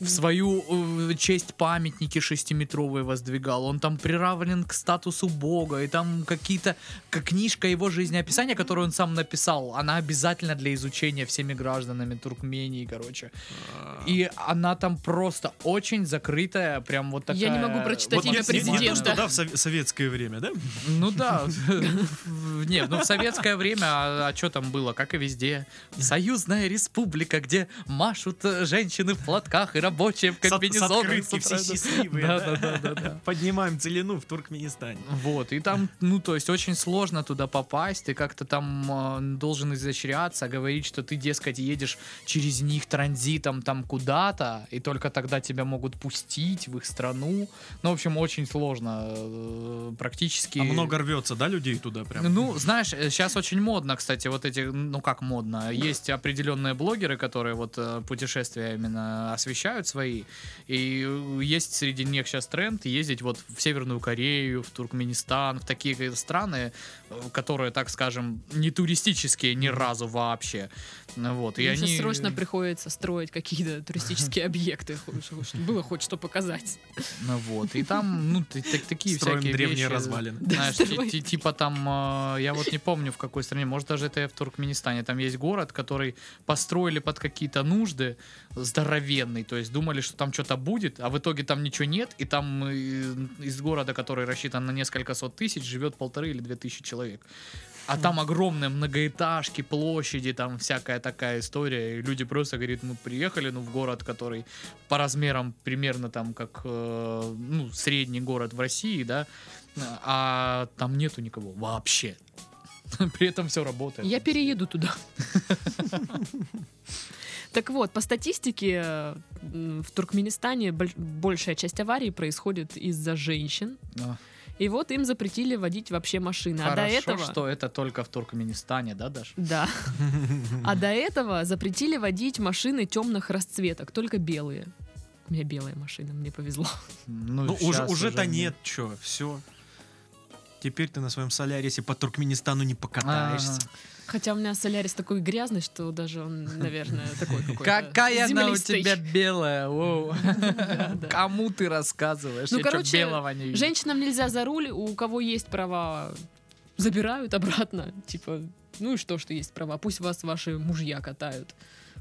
[SPEAKER 1] в свою э, честь памятники шестиметровые воздвигал. Он там приравнен к статусу бога. И там какие-то... Как книжка его жизнеописания, которую он сам написал, она обязательно для изучения всеми гражданами Туркмении, короче.
[SPEAKER 2] А,
[SPEAKER 1] И она там просто очень закрытая, прям вот такая...
[SPEAKER 3] Я не могу
[SPEAKER 2] Вот
[SPEAKER 3] прочитать имя
[SPEAKER 2] нет, не- не то,
[SPEAKER 3] президента.
[SPEAKER 2] что, да, в сов- советское время, да?
[SPEAKER 1] Ну да. <laughs> В- Не, ну в советское время, а, что там было, как и везде. Союзная республика, где машут э, женщины в платках и рабочие в
[SPEAKER 2] С от- с
[SPEAKER 1] комбинезонах. с
[SPEAKER 2] открытки
[SPEAKER 1] утра.
[SPEAKER 2] все счастливые.
[SPEAKER 1] Да, да, да, да, да.
[SPEAKER 2] Поднимаем целину в Туркменистане. А
[SPEAKER 1] Вот, и там, ну, то есть очень сложно туда попасть, ты как-то там э, должен изощряться, говорить, что ты, дескать, едешь через них транзитом там куда-то, и только тогда тебя могут пустить в их страну. Ну, в общем, очень сложно, э, практически...
[SPEAKER 2] А много рвется, да, людей туда прям?
[SPEAKER 1] Ну, знаешь, сейчас очень модно, кстати, вот эти, ну как модно, есть определенные блогеры, которые вот э, путешествия именно освещают свои, и э, есть среди них сейчас тренд ездить вот в Северную Корею, в Туркменистан, в такие э, страны, э, которые, так скажем, не туристические ни разу вообще, Ну вот, и
[SPEAKER 3] Мне сейчас
[SPEAKER 1] они...
[SPEAKER 3] срочно приходится строить какие-то
[SPEAKER 1] <laughs>
[SPEAKER 3] туристические объекты, хо- чтобы было хоть что показать.
[SPEAKER 1] Ну вот, и там, ну, ты- так- такие
[SPEAKER 2] Строим
[SPEAKER 1] всякие
[SPEAKER 2] древние
[SPEAKER 1] вещи.
[SPEAKER 2] развалины.
[SPEAKER 3] Да,
[SPEAKER 1] Знаешь,
[SPEAKER 3] строим.
[SPEAKER 1] ти- ти- типа там, э, я вот не помню в какой стране, может даже это и в Туркменистане, там есть город, который построили под какие-то нужды, здоровенный, то есть думали, что там что-то будет, а в итоге там ничего нет, и там э, из города, который рассчитан на несколько сот тысяч, живет полторы или две тысячи человек. А там огромные многоэтажки, площади, там всякая такая история. И люди просто говорят, мы приехали, ну, в город, который по размерам примерно там как, э, ну, средний город в России, да, а там нету никого вообще. <laughs> При этом все работает.
[SPEAKER 3] Я
[SPEAKER 1] <laughs>
[SPEAKER 3] перееду туда. Так вот, по статистике э, м, в Туркменистане боль- большая часть аварий происходит из-за женщин.
[SPEAKER 1] А.
[SPEAKER 3] И вот им запретили водить вообще машины. а до
[SPEAKER 1] Хорошо,
[SPEAKER 3] этого...
[SPEAKER 1] что это только в Туркменистане, да, Даша?
[SPEAKER 3] Да. А до этого запретили водить машины темных расцветок, только белые. У меня белая машина, мне повезло.
[SPEAKER 2] Ну, уже,
[SPEAKER 1] щас
[SPEAKER 2] уже-то
[SPEAKER 1] не-
[SPEAKER 2] нет, чё, все. Теперь ты на своем солярисе по Туркменистану не покатаешься.
[SPEAKER 3] Хотя у меня солярис такой грязный, что даже он, наверное, такой какой-то
[SPEAKER 1] Какая она у
[SPEAKER 3] землистый.
[SPEAKER 1] тебя белая, воу.
[SPEAKER 3] <laughs> Да, да.
[SPEAKER 1] Кому ты рассказываешь?
[SPEAKER 3] Ну,
[SPEAKER 1] Я чё,
[SPEAKER 3] короче,
[SPEAKER 1] белого не вижу?
[SPEAKER 3] Женщинам нельзя за руль, у кого есть права, забирают обратно. Типа, ну и что, что есть права, пусть вас ваши мужья катают.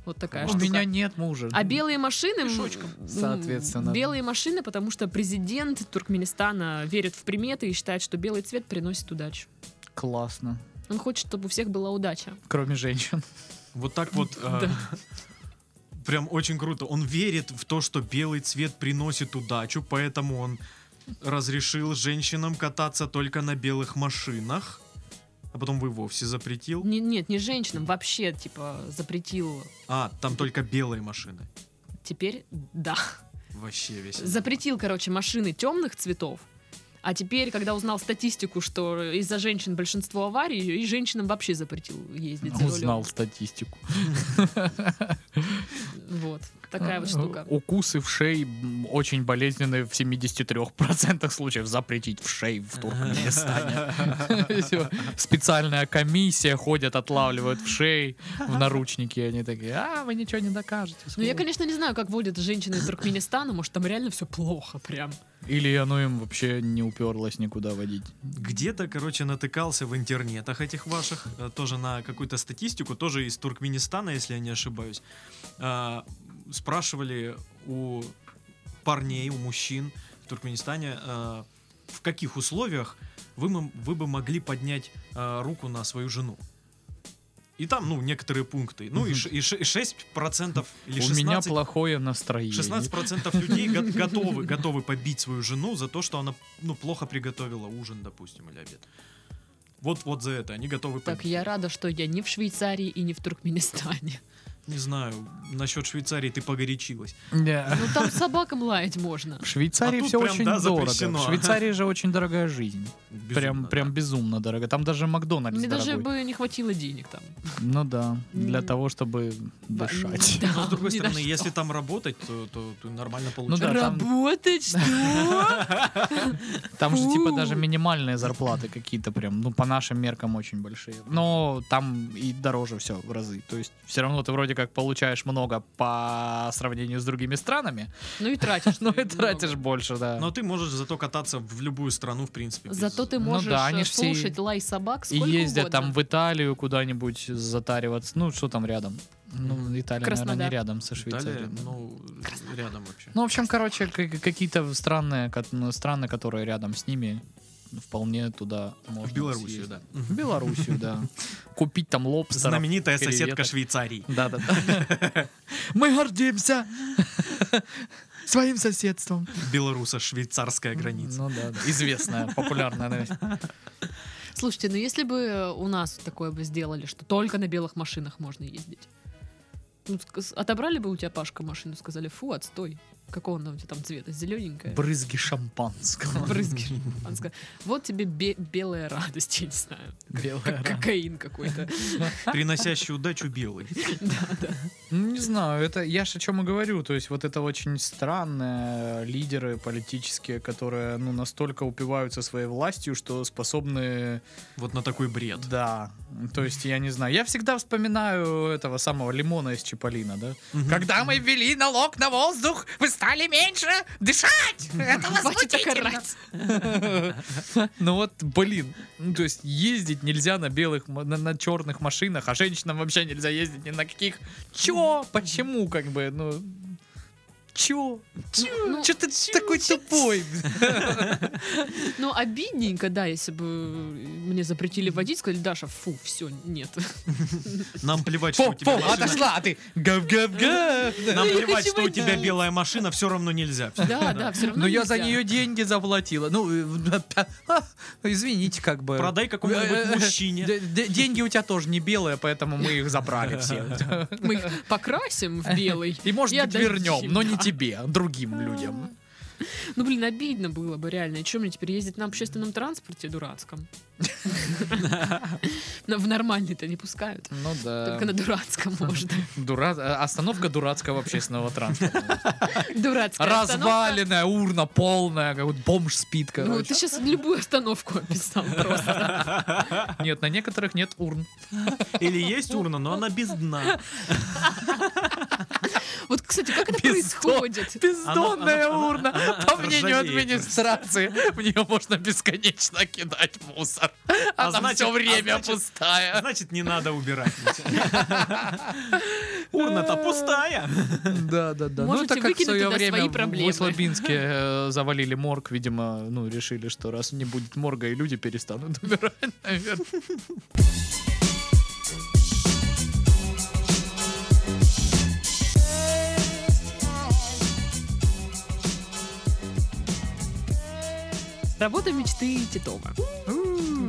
[SPEAKER 3] Вот такая
[SPEAKER 1] У
[SPEAKER 3] штука.
[SPEAKER 1] меня нет мужа.
[SPEAKER 3] А белые машины... м, м,
[SPEAKER 1] Соответственно.
[SPEAKER 3] Белые машины, потому что президент Туркменистана верит в приметы и считает, что белый цвет приносит удачу.
[SPEAKER 1] Классно.
[SPEAKER 3] Он хочет, чтобы у всех была удача.
[SPEAKER 1] Кроме женщин.
[SPEAKER 2] Вот так вот. э, Прям очень круто. Он верит в то, что белый цвет приносит удачу, поэтому он разрешил женщинам кататься только на белых машинах, а потом вы вовсе запретил.
[SPEAKER 3] Не- нет, не женщинам, вообще, типа, запретил.
[SPEAKER 2] А, там только белые машины.
[SPEAKER 3] Теперь, да.
[SPEAKER 2] Вообще весь. этот-
[SPEAKER 3] запретил, короче, машины темных цветов. А теперь, когда узнал статистику, что из-за женщин большинство аварий, и женщинам вообще запретил ездить за рулем.
[SPEAKER 1] статистику.
[SPEAKER 3] Вот, такая вот штука.
[SPEAKER 1] Укусы в шеи м, очень болезненные в 73% случаев. Запретить в шеи в Туркменистане. Всё. Специальная комиссия ходят, отлавливают в шеи, в наручники. и Они такие, а, вы ничего не докажете.
[SPEAKER 3] Ну, я, конечно, не знаю, как водят женщины из Туркменистана, может, там реально все плохо прям.
[SPEAKER 1] Или оно им вообще не уперлось никуда водить.
[SPEAKER 2] Где-то, короче, натыкался в интернетах этих ваших, э, тоже на какую-то статистику, тоже из Туркменистана, если я не ошибаюсь. А, Спрашивали у парней, у мужчин в Туркменистане, э, в каких условиях вы, м- вы бы могли поднять э, руку на свою жену. И там, ну, некоторые пункты. Ну, и,
[SPEAKER 1] Мгм.
[SPEAKER 2] ш- и ше- и 6% или 16%.
[SPEAKER 1] У меня плохое настроение.
[SPEAKER 3] <laughs>
[SPEAKER 2] 16% людей го- готовы, готовы побить свою жену за то, что она ну, плохо приготовила ужин, допустим, или обед. Вот, вот за это они готовы
[SPEAKER 3] Так,
[SPEAKER 2] побить.
[SPEAKER 3] я рада, что я не в Швейцарии и не в Туркменистане. <laughs>
[SPEAKER 2] Не знаю, насчет Швейцарии ты погорячилась.
[SPEAKER 1] Да.
[SPEAKER 3] Ну, там собакам лаять можно.
[SPEAKER 1] В Швейцарии
[SPEAKER 2] А тут
[SPEAKER 1] все
[SPEAKER 2] прям,
[SPEAKER 1] очень
[SPEAKER 2] да,
[SPEAKER 1] дорого.
[SPEAKER 2] запрещено.
[SPEAKER 1] В Швейцарии же очень дорогая жизнь.
[SPEAKER 2] Безумно,
[SPEAKER 1] прям,
[SPEAKER 2] да.
[SPEAKER 1] прям безумно дорого. Там даже Макдональдс
[SPEAKER 3] Мне даже
[SPEAKER 1] дорогой.
[SPEAKER 3] бы не хватило денег там.
[SPEAKER 1] Ну да, для
[SPEAKER 3] М.
[SPEAKER 1] того, чтобы
[SPEAKER 3] Ба-
[SPEAKER 1] дышать.
[SPEAKER 3] <laughs>
[SPEAKER 2] <laughs> Но
[SPEAKER 3] Да,
[SPEAKER 2] Ну, с другой
[SPEAKER 3] ни на
[SPEAKER 2] стороны,
[SPEAKER 3] что.
[SPEAKER 2] если там работать, то, то ты нормально
[SPEAKER 1] Ну
[SPEAKER 2] получаешь.
[SPEAKER 1] да, там,
[SPEAKER 3] Работать, что?
[SPEAKER 1] там же
[SPEAKER 3] Фу.
[SPEAKER 1] типа даже минимальные зарплаты какие-то прям, ну по нашим меркам очень большие. Но там и дороже все в разы. То есть все равно ты вроде как получаешь много по сравнению с другими странами, <laughs>
[SPEAKER 3] Ну и тратишь.
[SPEAKER 1] но
[SPEAKER 3] ты
[SPEAKER 1] и тратишь
[SPEAKER 3] много.
[SPEAKER 1] больше, да.
[SPEAKER 2] Но ты можешь зато кататься в любую страну, в принципе. без-
[SPEAKER 3] Зато ты
[SPEAKER 1] Ну
[SPEAKER 3] можешь
[SPEAKER 1] да, они
[SPEAKER 3] э,
[SPEAKER 1] ж все
[SPEAKER 3] слушать лай собак
[SPEAKER 1] и
[SPEAKER 3] сколько
[SPEAKER 1] ездят
[SPEAKER 3] угодно.
[SPEAKER 1] там в Италию куда-нибудь затариваться. Ну, что там рядом? Ну, Италия, наверное,
[SPEAKER 3] Краснодар.
[SPEAKER 1] не рядом со
[SPEAKER 2] Италия,
[SPEAKER 1] Швейцарией. да.
[SPEAKER 2] ну, рядом вообще.
[SPEAKER 1] Ну, в общем, короче, к- какие-то странные кот- ну, страны, которые рядом с ними, вполне туда можно
[SPEAKER 2] в Белоруссию,
[SPEAKER 1] съездить.
[SPEAKER 2] да.
[SPEAKER 1] В Белоруссию,
[SPEAKER 2] <laughs>
[SPEAKER 1] да. Купить там лобстеров.
[SPEAKER 2] Знаменитая соседка
[SPEAKER 1] креветок. <laughs>
[SPEAKER 2] Швейцарии.
[SPEAKER 1] Да, да, да. <laughs> Мы гордимся <laughs> своим соседством.
[SPEAKER 2] Белоруссо-швейцарская Э, граница.
[SPEAKER 1] Ну да, да. известная, популярная
[SPEAKER 2] <laughs>
[SPEAKER 1] новость.
[SPEAKER 3] Слушайте, ну если бы э, у нас такое бы сделали, что только на белых машинах можно ездить. Ну, ск- с- отобрали бы у тебя Пашка машину, сказали, фу, отстой. Какого она у тебя там цвета? Зелененькая.
[SPEAKER 1] Брызги <laughs> шампанского.
[SPEAKER 3] Брызги шампанское. Вот тебе бе- белая радость, я
[SPEAKER 1] <laughs>
[SPEAKER 3] не знаю.
[SPEAKER 1] Белая
[SPEAKER 3] Как
[SPEAKER 1] рана.
[SPEAKER 3] кокаин какой-то.
[SPEAKER 2] Приносящий удачу белый.
[SPEAKER 1] Ну, Не знаю, это я же о чем и говорю. То есть, вот это очень странные лидеры политические, которые ну, настолько упиваются своей властью, что способны
[SPEAKER 2] Вот на такой бред.
[SPEAKER 1] Да, то есть я не знаю. Я всегда вспоминаю этого самого лимона из Чиполлина, да?
[SPEAKER 2] Мгм.
[SPEAKER 1] Когда мы ввели налог на воздух, вы стали меньше дышать! Это
[SPEAKER 3] Хватит так
[SPEAKER 1] возмутительно!
[SPEAKER 3] орать.
[SPEAKER 1] <laughs> Ну вот, блин, ну, то есть ездить нельзя на белых, м- на, на черных машинах, а женщинам вообще нельзя ездить ни на каких. Чё? Почему, как бы, ну... Чё?
[SPEAKER 3] Ну,
[SPEAKER 1] Чё? Чё ты такой тупой?
[SPEAKER 3] Ну, обидненько, да, если бы мне запретили водить, сказали, Даша, фу, все,
[SPEAKER 1] <laughs>
[SPEAKER 3] нет.
[SPEAKER 2] Нам плевать, что
[SPEAKER 1] Фу,
[SPEAKER 2] у тебя
[SPEAKER 1] фу,
[SPEAKER 2] машина.
[SPEAKER 1] отошла, а ты... Гав-гав-гав!
[SPEAKER 2] Нам
[SPEAKER 3] Я
[SPEAKER 2] плевать,
[SPEAKER 3] хочу
[SPEAKER 2] что у тебя
[SPEAKER 3] водить.
[SPEAKER 2] белая машина, все равно нельзя.
[SPEAKER 3] Да, да, все равно
[SPEAKER 1] Но Ну, я за
[SPEAKER 3] Ну, нельзя.
[SPEAKER 1] нее деньги заплатила. Ну, э, а, извините, как бы.
[SPEAKER 2] Продай какому-нибудь мужчине.
[SPEAKER 1] Д- д- Деньги у тебя тоже не белые, поэтому мы их забрали все.
[SPEAKER 3] Мы их покрасим в белый.
[SPEAKER 1] И, может
[SPEAKER 3] Я
[SPEAKER 1] быть,
[SPEAKER 3] даю
[SPEAKER 1] вернем,
[SPEAKER 3] им,
[SPEAKER 1] но
[SPEAKER 3] да.
[SPEAKER 1] не тебе, а другим людям.
[SPEAKER 3] Ну, блин, обидно было бы реально. И что мне теперь ездить на общественном транспорте
[SPEAKER 1] <laughs>
[SPEAKER 3] дурацком? Но В нормальный-то не пускают.
[SPEAKER 1] Ну да.
[SPEAKER 3] <laughs> Только на дурацком
[SPEAKER 1] <laughs>
[SPEAKER 3] можно.
[SPEAKER 1] Дура- э, Остановка дурацкого общественного транспорта.
[SPEAKER 3] Дурацкая <laughs> остановка.
[SPEAKER 1] Разваленная, урна полная, как вот бомж спит,
[SPEAKER 3] Ну, ты
[SPEAKER 1] короче.
[SPEAKER 3] сейчас любую остановку описал просто.
[SPEAKER 1] Нет, на некоторых нет урн.
[SPEAKER 2] Или есть урна, но она без дна.
[SPEAKER 3] Вот, кстати, как это
[SPEAKER 1] Бездон-
[SPEAKER 3] происходит?
[SPEAKER 1] Бездонная
[SPEAKER 2] Оно- оно-
[SPEAKER 1] урна.
[SPEAKER 2] оно- оно
[SPEAKER 1] По мнению
[SPEAKER 2] ржавеет.
[SPEAKER 1] администрации, в нее можно бесконечно кидать мусор.
[SPEAKER 2] А
[SPEAKER 1] Она
[SPEAKER 2] значит-
[SPEAKER 1] все
[SPEAKER 2] а
[SPEAKER 1] время
[SPEAKER 2] значит-
[SPEAKER 1] пустая.
[SPEAKER 2] Значит, не
[SPEAKER 1] <laughs>
[SPEAKER 2] надо убирать. Урна-то пустая.
[SPEAKER 1] Да, да, да.
[SPEAKER 3] Можете выкинуть
[SPEAKER 1] своё
[SPEAKER 3] туда свои
[SPEAKER 1] в-
[SPEAKER 3] проблемы.
[SPEAKER 1] в Услабинске э, завалили морг, видимо, ну, решили, что раз не будет морга, и люди перестанут умирать, наверное.
[SPEAKER 3] Работа мечты Титова.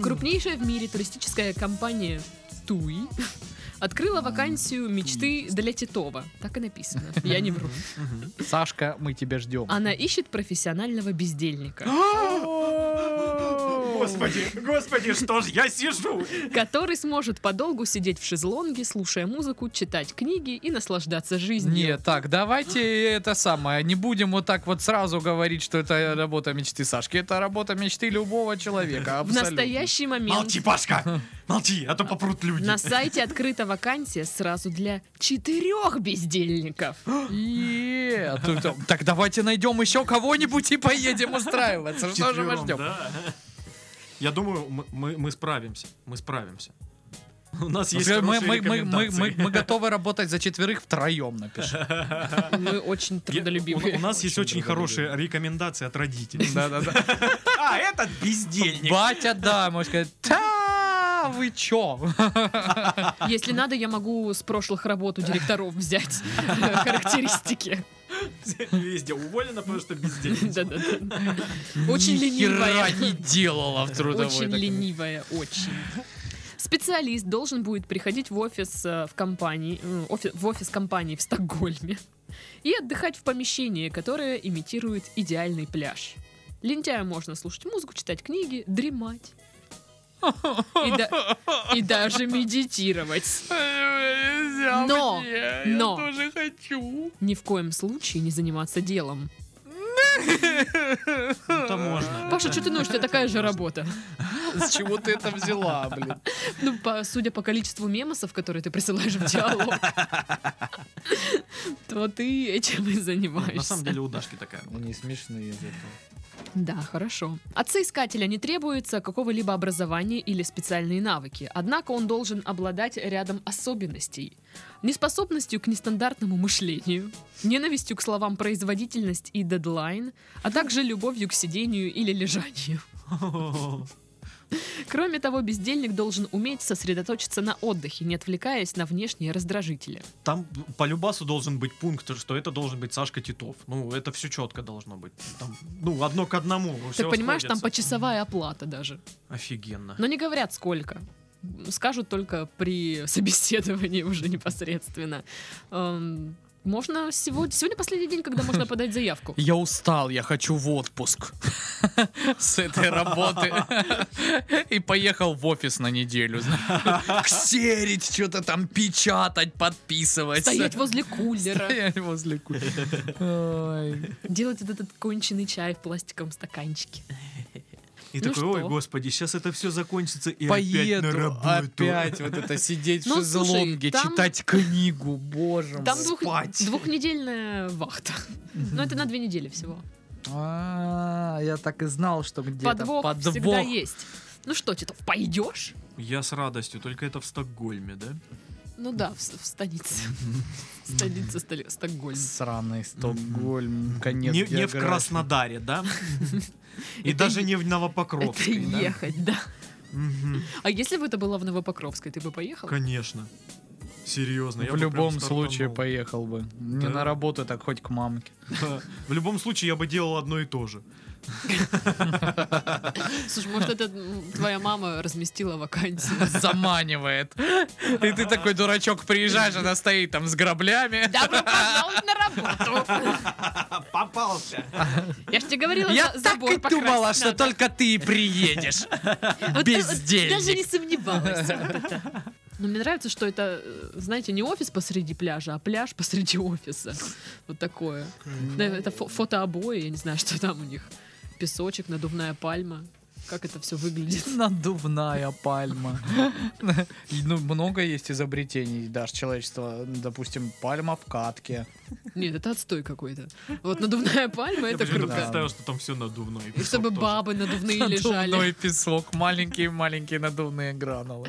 [SPEAKER 3] Крупнейшая в мире туристическая компания Туи открыла вакансию мечты для Титова. Так и написано. <laughs> Я не вру.
[SPEAKER 1] Сашка, мы тебя ждем.
[SPEAKER 3] <gasps> Она ищет профессионального бездельника.
[SPEAKER 2] Господи, господи, что ж я сижу?
[SPEAKER 3] который сможет подолгу сидеть в шезлонге, слушая музыку, читать книги и наслаждаться жизнью.
[SPEAKER 1] Нет, так, давайте это самое. Не будем вот так вот сразу говорить, что это работа мечты Сашки. Это работа мечты любого человека.
[SPEAKER 3] В
[SPEAKER 1] Абсолютно.
[SPEAKER 3] настоящий момент
[SPEAKER 2] Молчи, Пашка! Молчи, а то попрут люди.
[SPEAKER 3] на сайте открыта вакансия сразу для четырех <laughs> бездельников.
[SPEAKER 1] Е, а то- то- Так давайте найдем еще кого-нибудь и поедем устраиваться. Что же мы
[SPEAKER 2] Четвером,
[SPEAKER 1] ждем?
[SPEAKER 2] да. Я думаю, мы- мы мы справимся. Мы справимся. У нас
[SPEAKER 1] Ну,
[SPEAKER 2] есть
[SPEAKER 1] скажем, Мы, мы-
[SPEAKER 2] хорошие
[SPEAKER 1] мы- мы- мы- мы
[SPEAKER 2] рекомендации.
[SPEAKER 1] готовы работать за четверых втроем, напиши.
[SPEAKER 3] Мы очень
[SPEAKER 2] Я- у- У
[SPEAKER 3] трудолюбивые.
[SPEAKER 2] нас есть
[SPEAKER 1] Очень
[SPEAKER 2] очень хорошие
[SPEAKER 1] трудолюбивые.
[SPEAKER 2] рекомендации от родителей.
[SPEAKER 1] <laughs> Да-да-да.
[SPEAKER 2] А, этот
[SPEAKER 1] <laughs>
[SPEAKER 2] бездельник.
[SPEAKER 1] Батя, да, может сказать, «Та, вы чё?
[SPEAKER 3] Если надо, я могу с прошлых работ у директоров взять э, характеристики.
[SPEAKER 2] Везде уволена, потому что бездельник.
[SPEAKER 3] Да-да-да.
[SPEAKER 1] <laughs>
[SPEAKER 3] Очень
[SPEAKER 1] Нихера
[SPEAKER 3] ленивая.
[SPEAKER 1] не делала в трудовой.
[SPEAKER 3] Очень
[SPEAKER 1] так.
[SPEAKER 3] ленивая, очень. Специалист должен будет приходить в офис э, в компании, э, офи- в офис компании в Стокгольме и отдыхать в помещении, которое имитирует идеальный пляж. Лентяю можно слушать музыку, читать книги, дремать. И, да- и даже медитировать.
[SPEAKER 1] Нельзя
[SPEAKER 3] Но,
[SPEAKER 1] Э, мне, я
[SPEAKER 3] но.
[SPEAKER 1] тоже хочу.
[SPEAKER 3] Ни в коем случае не заниматься делом.
[SPEAKER 2] Это Ну, можно.
[SPEAKER 3] Паша, что ты ноешь? У тебя такая же работа.
[SPEAKER 1] <laughs> С чего ты это взяла, блин?
[SPEAKER 3] <laughs> Ну, по- судя по количеству мемосов, которые ты присылаешь в диалог, <laughs> то ты этим и занимаешься.
[SPEAKER 2] На самом деле у Дашки такая.
[SPEAKER 1] Они смешные из этого.
[SPEAKER 3] Да, хорошо. От соискателя не требуется какого-либо образования или специальные навыки, однако он должен обладать рядом особенностей. Неспособностью к нестандартному мышлению, ненавистью к словам производительность и дедлайн, а также любовью к сидению или лежанию. Кроме того, бездельник должен уметь сосредоточиться на отдыхе, не отвлекаясь на внешние раздражители.
[SPEAKER 2] <laughs> Там по любасу должен быть пункт, что это должен быть Сашка Титов. Ну, это все четко должно быть. Там, ну, одно к одному. всё
[SPEAKER 3] Ты понимаешь, там Ну,
[SPEAKER 2] сходится.
[SPEAKER 3] почасовая оплата даже.
[SPEAKER 2] Офигенно.
[SPEAKER 3] Но не говорят сколько. Скажут только при <laughs> собеседовании уже непосредственно. Эм, Можно сегодня... Сегодня последний день, когда можно
[SPEAKER 2] <laughs>
[SPEAKER 3] подать заявку.
[SPEAKER 1] Я устал, я хочу в отпуск <laughs> с этой работы. И поехал в офис на неделю. знаешь. Ксерить, что-то там печатать, подписывать.
[SPEAKER 3] Стоять возле кулера,
[SPEAKER 1] Стоять возле ку- Ой.
[SPEAKER 3] делать вот этот конченый чай в пластиковом стаканчике.
[SPEAKER 2] И
[SPEAKER 3] Ну
[SPEAKER 2] такой, ой,
[SPEAKER 3] что?
[SPEAKER 2] господи, сейчас это все закончится и опять на
[SPEAKER 1] Поеду
[SPEAKER 2] работу.
[SPEAKER 1] опять вот это сидеть в
[SPEAKER 3] Ну, слушай,
[SPEAKER 1] шезлонге,
[SPEAKER 3] там-
[SPEAKER 1] читать книгу, боже мой.
[SPEAKER 3] Там двух-
[SPEAKER 2] Спать.
[SPEAKER 3] двухнедельная вахта. <laughs> Но это на две недели всего.
[SPEAKER 1] А, я так и знал, что где-то
[SPEAKER 3] Подвох, всегда есть. Ну что, Титов, пойдешь?
[SPEAKER 2] Я с радостью, только это в Стокгольме, да?
[SPEAKER 3] Ну да, в, с-
[SPEAKER 1] <laughs>
[SPEAKER 3] в столице. В Столица Столи- Стокгольм.
[SPEAKER 1] Сраный Стокгольм, конец
[SPEAKER 2] не, не в
[SPEAKER 1] географии.
[SPEAKER 2] Краснодаре,
[SPEAKER 3] <laughs>
[SPEAKER 2] да? И
[SPEAKER 3] Это
[SPEAKER 2] даже
[SPEAKER 3] е-
[SPEAKER 2] не в
[SPEAKER 3] Это
[SPEAKER 2] Новопокровской, да?
[SPEAKER 3] ехать, да.
[SPEAKER 2] Мгм,
[SPEAKER 3] А если бы это было в Новопокровской, ты бы поехал?
[SPEAKER 2] Конечно. Серьезно. я
[SPEAKER 1] В
[SPEAKER 2] бы прям
[SPEAKER 1] любом случае
[SPEAKER 2] стартанул.
[SPEAKER 1] поехал бы. Не
[SPEAKER 2] Да.
[SPEAKER 1] на работу, так хоть к мамке.
[SPEAKER 2] <laughs>
[SPEAKER 1] <laughs>
[SPEAKER 2] Да. В любом случае я бы делал одно и то же.
[SPEAKER 3] Слушай, может, это м, твоя мама разместила
[SPEAKER 1] <laughs>
[SPEAKER 3] вакансию?
[SPEAKER 1] Заманивает. И
[SPEAKER 2] <laughs>
[SPEAKER 1] ты такой дурачок приезжаешь, она стоит там с граблями.
[SPEAKER 3] Добро пожаловать
[SPEAKER 1] <laughs>
[SPEAKER 3] на работу! А
[SPEAKER 2] Попался.
[SPEAKER 3] Я ж тебе говорила,
[SPEAKER 1] Я
[SPEAKER 3] за-
[SPEAKER 1] так
[SPEAKER 3] забор
[SPEAKER 1] и думала,
[SPEAKER 3] покрасить
[SPEAKER 1] что
[SPEAKER 3] надо.
[SPEAKER 1] только ты и
[SPEAKER 2] <laughs>
[SPEAKER 1] приедешь.
[SPEAKER 3] Вот ты- вот ты Даже не
[SPEAKER 1] Бездельник.
[SPEAKER 3] сомневалась. вот это. Но мне нравится, что это, э, знаете, не офис посреди пляжа, а пляж посреди офиса. Вот такое. Да, Это фо- фотообои, я не знаю, что там у них. Песочек, надувная пальма. Как это все выглядит.
[SPEAKER 1] Надувная пальма. <laughs> Ну, много есть изобретений, даже человечества. Допустим, пальма в катке.
[SPEAKER 3] Нет, это отстой какой-то. Вот надувная пальма,
[SPEAKER 2] Я
[SPEAKER 3] Ну, это
[SPEAKER 2] почему-то
[SPEAKER 3] круто.
[SPEAKER 2] представил, что там все надувно. и
[SPEAKER 3] И
[SPEAKER 2] песок
[SPEAKER 3] чтобы
[SPEAKER 2] тоже.
[SPEAKER 3] бабы надувные лежали.
[SPEAKER 1] Надувной песок, маленькие-маленькие надувные гранулы.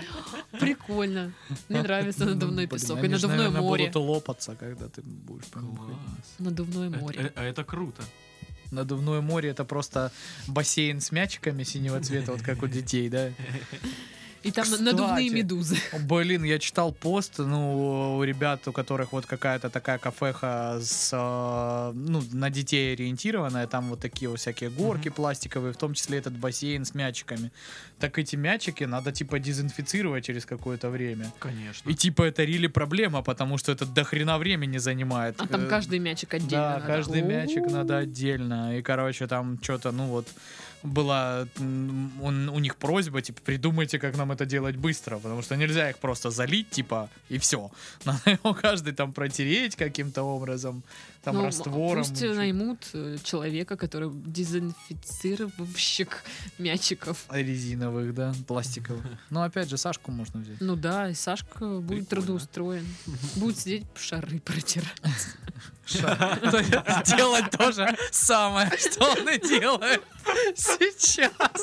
[SPEAKER 3] Прикольно. Мне нравится надувной
[SPEAKER 1] Ну, Блин,
[SPEAKER 3] песок и
[SPEAKER 1] они ж,
[SPEAKER 3] надувное
[SPEAKER 1] наверное,
[SPEAKER 3] море.
[SPEAKER 1] будут лопаться, когда ты будешь по ним ходить.
[SPEAKER 2] Класс.
[SPEAKER 3] Надувное
[SPEAKER 2] Э,
[SPEAKER 3] море.
[SPEAKER 2] э, А это круто.
[SPEAKER 1] Надувное море это просто бассейн с мячиками синего цвета, вот как у детей, да?
[SPEAKER 3] И там
[SPEAKER 1] кстати.
[SPEAKER 3] надувные медузы.
[SPEAKER 1] Блин, я читал пост, ну, у ребят, у которых вот какая-то такая кафеха с, э, ну, на детей ориентированная, там вот такие вот всякие горки пластиковые, в том числе этот бассейн с мячиками. Так эти мячики надо типа дезинфицировать через какое-то время.
[SPEAKER 2] Конечно.
[SPEAKER 1] И типа это рили проблема, потому что это до хрена времени занимает.
[SPEAKER 3] А там
[SPEAKER 1] Э,
[SPEAKER 3] каждый мячик отдельно.
[SPEAKER 1] Да,
[SPEAKER 3] надо.
[SPEAKER 1] каждый мячик
[SPEAKER 3] О-о-о.
[SPEAKER 1] надо отдельно. И, короче, там что-то, ну вот, была м, он- у них просьба, типа, придумайте, как нам это делать быстро, потому что нельзя их просто залить, типа, и все. <laughs> Надо его каждый там протереть каким-то образом, там,
[SPEAKER 3] Ну,
[SPEAKER 1] раствором.
[SPEAKER 3] Пусть
[SPEAKER 1] чё-
[SPEAKER 3] наймут э, человека, который дезинфицировщик мячиков.
[SPEAKER 1] резиновых, да, пластиковых. Ну, опять же, Сашку можно
[SPEAKER 3] <laughs>
[SPEAKER 1] взять.
[SPEAKER 3] Ну да, и Сашка будет
[SPEAKER 2] Прикольно. <laughs>
[SPEAKER 3] трудоустроен. Будет сидеть шары протирать.
[SPEAKER 1] <laughs> Делать то же самое, <laughs> что он и делает сейчас.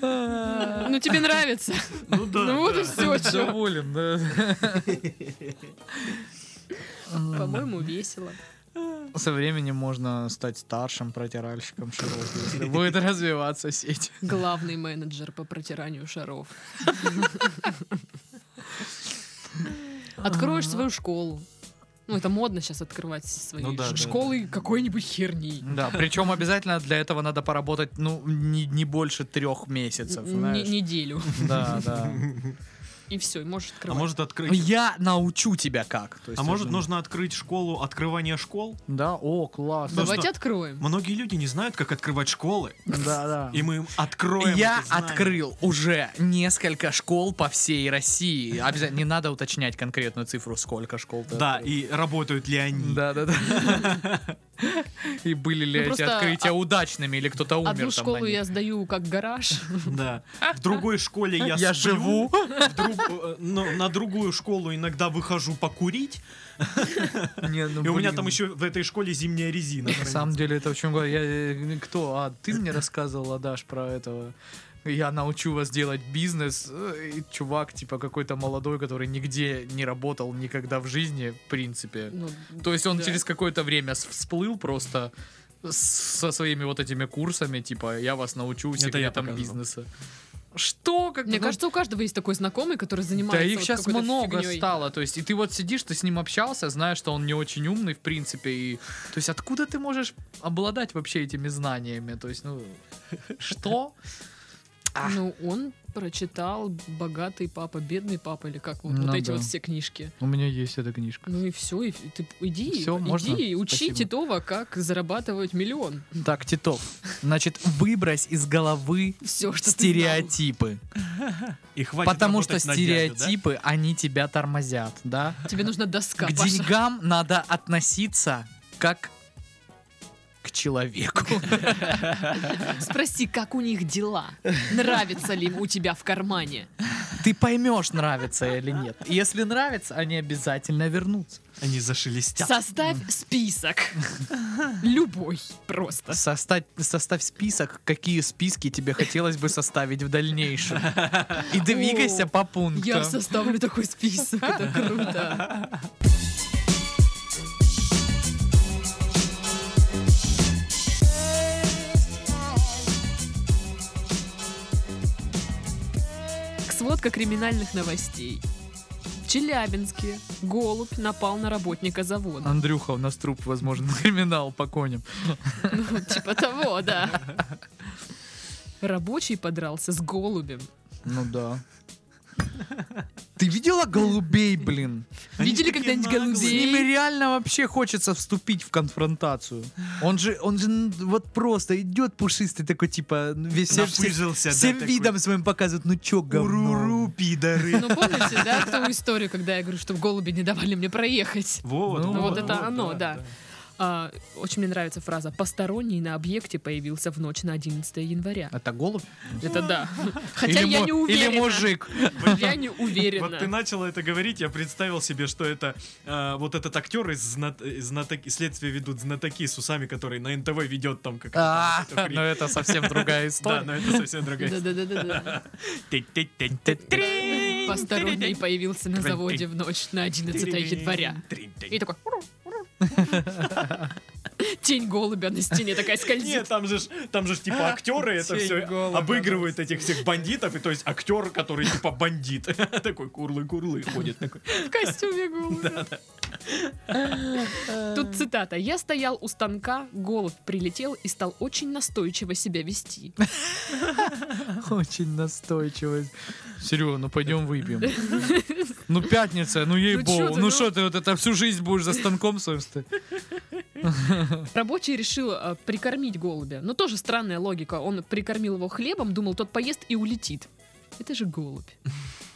[SPEAKER 3] Ну тебе нравится.
[SPEAKER 2] Ну да.
[SPEAKER 3] <laughs> Ну вот
[SPEAKER 2] да.
[SPEAKER 3] и все, что.
[SPEAKER 1] Доволен, да.
[SPEAKER 3] По-моему, весело.
[SPEAKER 1] Со временем можно стать старшим протиральщиком широких, если будет развиваться сеть.
[SPEAKER 3] Главный менеджер по
[SPEAKER 2] <laughs>
[SPEAKER 3] протиранию шаров. Откроешь свою школу. Ну, это модно сейчас открывать свои
[SPEAKER 2] Ну да,
[SPEAKER 3] ш-
[SPEAKER 2] да,
[SPEAKER 3] школы какой-нибудь херни.
[SPEAKER 1] Да, причем обязательно для этого надо поработать, ну, не, не больше трех месяцев,
[SPEAKER 3] Н-
[SPEAKER 1] знаешь.
[SPEAKER 3] неделю.
[SPEAKER 1] Да, да.
[SPEAKER 3] И все, и можешь
[SPEAKER 2] А
[SPEAKER 3] открывать.
[SPEAKER 2] может открыть...
[SPEAKER 1] Ну, Я научу тебя как. То есть
[SPEAKER 2] А может
[SPEAKER 1] это-
[SPEAKER 2] нужно открыть школу открывания школ?
[SPEAKER 1] Да, о, класс.
[SPEAKER 2] Да.
[SPEAKER 3] Давайте
[SPEAKER 2] что-
[SPEAKER 3] откроем.
[SPEAKER 2] Многие люди не знают, как открывать школы,
[SPEAKER 1] Да, да.
[SPEAKER 2] и мы им откроем.
[SPEAKER 1] Я
[SPEAKER 2] это знание.
[SPEAKER 1] открыл уже несколько школ по всей России. Обязательно не надо уточнять конкретную цифру, сколько школ. ты
[SPEAKER 2] Да,
[SPEAKER 1] открыл.
[SPEAKER 2] и работают ли они?
[SPEAKER 1] да, да, да. <laughs> И были ли
[SPEAKER 3] Ну,
[SPEAKER 1] эти
[SPEAKER 3] просто
[SPEAKER 1] открытия удачными или кто-то умер
[SPEAKER 3] Одну
[SPEAKER 1] там на
[SPEAKER 3] школу
[SPEAKER 1] них?
[SPEAKER 3] я сдаю как
[SPEAKER 1] <laughs>
[SPEAKER 3] гараж.
[SPEAKER 2] Да. В другой школе я,
[SPEAKER 1] Я
[SPEAKER 2] сплю,
[SPEAKER 1] живу.
[SPEAKER 2] в друг- э, ну, на другую школу иногда выхожу покурить,
[SPEAKER 1] Не, ну,
[SPEAKER 2] и у меня
[SPEAKER 1] блин.
[SPEAKER 2] там еще в этой школе зимняя резина.
[SPEAKER 1] На самом деле это в чем я э, кто? А ты мне рассказывала, Даш, про этого. Я научу вас делать бизнес. э, И чувак, типа какой-то молодой, который нигде не работал никогда в жизни, в принципе.
[SPEAKER 3] Ну,
[SPEAKER 1] То есть он
[SPEAKER 3] да.
[SPEAKER 1] через какое-то время с- всплыл просто с- со своими вот этими курсами, типа, я вас научу
[SPEAKER 2] Это я
[SPEAKER 1] секретам
[SPEAKER 2] показывал.
[SPEAKER 1] бизнеса. Что? Как
[SPEAKER 3] Мне
[SPEAKER 1] ну,
[SPEAKER 3] кажется, у каждого есть такой знакомый, который занимается.
[SPEAKER 1] да их
[SPEAKER 3] вот
[SPEAKER 1] сейчас
[SPEAKER 3] какой-то
[SPEAKER 1] много
[SPEAKER 3] фигнёй.
[SPEAKER 1] стало, то есть, и ты вот сидишь, ты с ним общался, знаешь, что он не очень умный, в принципе, и, то есть, откуда ты можешь обладать вообще этими знаниями, то есть, <laughs> ну, что?
[SPEAKER 3] Ну, он прочитал «Богатый папа, бедный папа» или как вот,
[SPEAKER 1] Ну
[SPEAKER 3] вот эти
[SPEAKER 1] да.
[SPEAKER 3] вот все книжки.
[SPEAKER 1] У меня есть эта книжка.
[SPEAKER 3] Ну и все, и ф- ты иди,
[SPEAKER 1] Всё,
[SPEAKER 3] иди
[SPEAKER 1] можно?
[SPEAKER 3] и учи
[SPEAKER 1] Спасибо.
[SPEAKER 3] Титова, как зарабатывать миллион.
[SPEAKER 1] Так, Титов, значит, выбрось из головы
[SPEAKER 3] Все, что ты
[SPEAKER 1] стереотипы,
[SPEAKER 2] И хватит
[SPEAKER 1] потому что
[SPEAKER 2] работать на дядю, да?
[SPEAKER 1] стереотипы, они тебя тормозят, да?
[SPEAKER 3] знал. Тебе нужна доска,
[SPEAKER 1] К
[SPEAKER 3] Паша.
[SPEAKER 1] деньгам надо относиться как к человеку. <laughs>
[SPEAKER 3] Спроси, как у них дела. Нравится ли им у тебя в кармане?
[SPEAKER 1] Ты поймешь, нравится или нет. Если нравится, они обязательно вернутся.
[SPEAKER 2] Они зашелестят.
[SPEAKER 3] Составь
[SPEAKER 1] <laughs>
[SPEAKER 3] список. Любой просто.
[SPEAKER 1] Составь, составь список, какие списки тебе хотелось бы составить в дальнейшем. И двигайся по
[SPEAKER 3] Я
[SPEAKER 1] пунктам.
[SPEAKER 3] составлю такой список, это круто. Сводка криминальных новостей. В Челябинске голубь напал на работника завода.
[SPEAKER 1] Андрюха, у нас труп, возможно, <laughs> криминал по коням.
[SPEAKER 3] Ну, типа того, да. Рабочий подрался с голубем.
[SPEAKER 1] Ну да. Ты видела голубей, блин?
[SPEAKER 2] Они
[SPEAKER 3] Видели
[SPEAKER 2] такие
[SPEAKER 3] когда-нибудь
[SPEAKER 2] наглые.
[SPEAKER 1] С
[SPEAKER 3] голубей?
[SPEAKER 1] ними реально вообще хочется вступить в конфронтацию. Он же, он же м, вот просто идет пушистый такой, типа, весь всем-
[SPEAKER 2] Напыжился, да,
[SPEAKER 1] всем
[SPEAKER 2] такой.
[SPEAKER 1] видом своим показывает, ну чё, говно.
[SPEAKER 2] Уру-ру, пидоры.
[SPEAKER 3] Ну, помните, да, ту историю, когда я говорю, что в голуби не давали мне проехать?
[SPEAKER 2] Вот,
[SPEAKER 1] Ну, вот это
[SPEAKER 3] оно, да. А, очень мне нравится фраза «Посторонний на объекте появился в ночь на 11 января».
[SPEAKER 1] Это А голубь?
[SPEAKER 3] Это да. <laughs> Хотя
[SPEAKER 1] Или
[SPEAKER 3] я
[SPEAKER 1] му-
[SPEAKER 3] не уверена.
[SPEAKER 1] Или мужик.
[SPEAKER 3] Я не
[SPEAKER 2] Вот ты
[SPEAKER 3] уверена.
[SPEAKER 2] начала это говорить, я представил себе, что это э, вот этот актер из, знат- из знатоки, следствие ведут знатоки с усами, который на НТВ ведет там как
[SPEAKER 1] А,
[SPEAKER 2] какую-то
[SPEAKER 1] <laughs> Ну
[SPEAKER 2] хрень.
[SPEAKER 1] это совсем другая
[SPEAKER 2] Да,
[SPEAKER 1] история.
[SPEAKER 2] но это совсем
[SPEAKER 3] <laughs>
[SPEAKER 2] другая
[SPEAKER 3] Да-да-да-да.
[SPEAKER 2] история.
[SPEAKER 3] Посторонний появился на заводе в ночь на 11 января. И такой... <laughs> Тень голубя на стене такая
[SPEAKER 2] Нет,
[SPEAKER 3] скользит.
[SPEAKER 2] там же, ж- там же ж, типа
[SPEAKER 3] А,
[SPEAKER 2] актеры это
[SPEAKER 1] Тень
[SPEAKER 2] все
[SPEAKER 1] голубя,
[SPEAKER 2] обыгрывают этих всех бандитов, и то есть актер, который типа бандит, <laughs> такой курлы-курлы ходит такой.
[SPEAKER 3] В костюме голубя. Тут цитата. «Я стоял у станка, голубь прилетел и стал очень настойчиво себя вести.
[SPEAKER 1] Очень настойчивый. Серега, ну пойдем
[SPEAKER 3] <laughs>
[SPEAKER 1] выпьем. Ну пятница, ну
[SPEAKER 3] Ну чё
[SPEAKER 1] ей-богу.
[SPEAKER 3] ты,
[SPEAKER 1] Ну
[SPEAKER 3] ну?
[SPEAKER 1] что ты вот это всю жизнь будешь за станком своим стоять?
[SPEAKER 3] Рабочий решил э, прикормить голубя. Но тоже странная логика. Он прикормил его хлебом, думал, тот поест и улетит. Это
[SPEAKER 1] <laughs>
[SPEAKER 3] же голубь.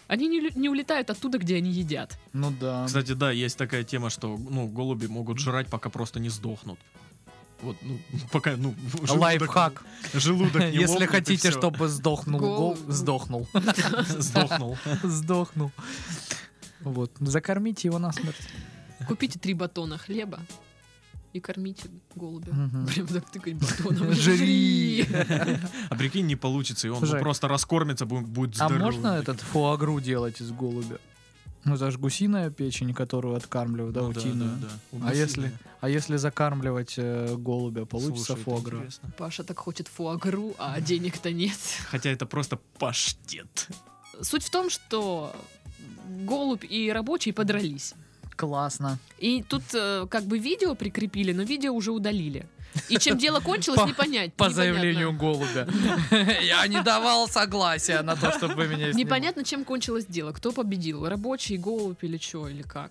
[SPEAKER 3] Они не, лю- не улетают оттуда, где они едят.
[SPEAKER 1] Ну да.
[SPEAKER 2] <laughs> Кстати, да, есть такая тема, что ну, голуби могут жрать, пока просто не сдохнут. Вот, ну, <laughs> пока, ну, желудок-
[SPEAKER 1] Лайфхак.
[SPEAKER 2] <laughs> Желудок не
[SPEAKER 1] Если
[SPEAKER 2] лопнет, и
[SPEAKER 1] хотите,
[SPEAKER 2] всё.
[SPEAKER 1] чтобы сдохнул
[SPEAKER 3] Гол-
[SPEAKER 1] гол- сдохнул.
[SPEAKER 2] <laughs> Сдохнул.
[SPEAKER 1] <laughs> Сдохнул. Вот. Закормите его насмерть.
[SPEAKER 3] Купите три батона хлеба и кормите голубя.
[SPEAKER 1] Мгм.
[SPEAKER 3] Прям так тыкать
[SPEAKER 1] <laughs>
[SPEAKER 3] батоном.
[SPEAKER 1] Жри!
[SPEAKER 2] А прикинь, не получится, и он ну,
[SPEAKER 1] Слушай,
[SPEAKER 2] просто раскормится, бу- будет
[SPEAKER 1] А
[SPEAKER 2] здоровый.
[SPEAKER 1] можно этот фуагру делать из голубя? Ну, это же гусиная печень, которую откармливают, да,
[SPEAKER 2] Ну да,
[SPEAKER 1] утиную.
[SPEAKER 2] да, да.
[SPEAKER 1] А если, а если закармливать э, голубя, получится
[SPEAKER 2] Слушай, это
[SPEAKER 1] фуагра?
[SPEAKER 2] интересно.
[SPEAKER 3] Паша так хочет фуагру, а денег-то нет.
[SPEAKER 2] Хотя это просто паштет.
[SPEAKER 3] Суть в том, что голубь и рабочий подрались.
[SPEAKER 1] Классно.
[SPEAKER 3] И тут э, как бы видео прикрепили, но видео уже удалили. И чем дело кончилось,
[SPEAKER 1] По-
[SPEAKER 3] не понять.
[SPEAKER 1] По
[SPEAKER 3] непонятно.
[SPEAKER 1] заявлению голубя. Я не давал согласия на то, чтобы вы меня снимали.
[SPEAKER 3] Непонятно, чем кончилось дело. Кто победил? Рабочий, голубь или что, или как?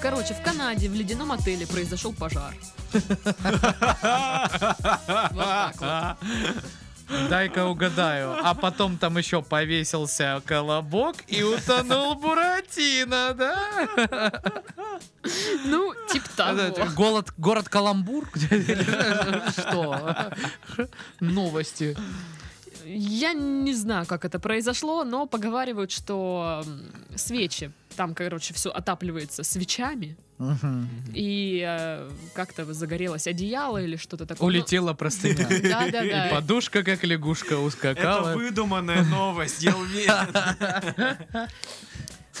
[SPEAKER 3] Короче, в Канаде в ледяном отеле произошел пожар. Вот так вот.
[SPEAKER 1] Дай-ка угадаю. А потом там еще повесился колобок и утонул Буратино, да?
[SPEAKER 3] Ну, типа
[SPEAKER 1] А,
[SPEAKER 3] того.
[SPEAKER 1] Этот Голод, город Каламбур? <laughs> Что? Новости.
[SPEAKER 3] Я не знаю, как это произошло, но поговаривают, что м, свечи, там, короче, все отапливается свечами,
[SPEAKER 1] Мгм.
[SPEAKER 3] и э, как-то загорелось одеяло или что-то такое. Ну,
[SPEAKER 1] Улетела простыня.
[SPEAKER 3] Да, да,
[SPEAKER 1] И
[SPEAKER 3] да.
[SPEAKER 1] подушка, как лягушка,
[SPEAKER 2] Это
[SPEAKER 1] ускакала.
[SPEAKER 2] выдуманная новость, я уверен.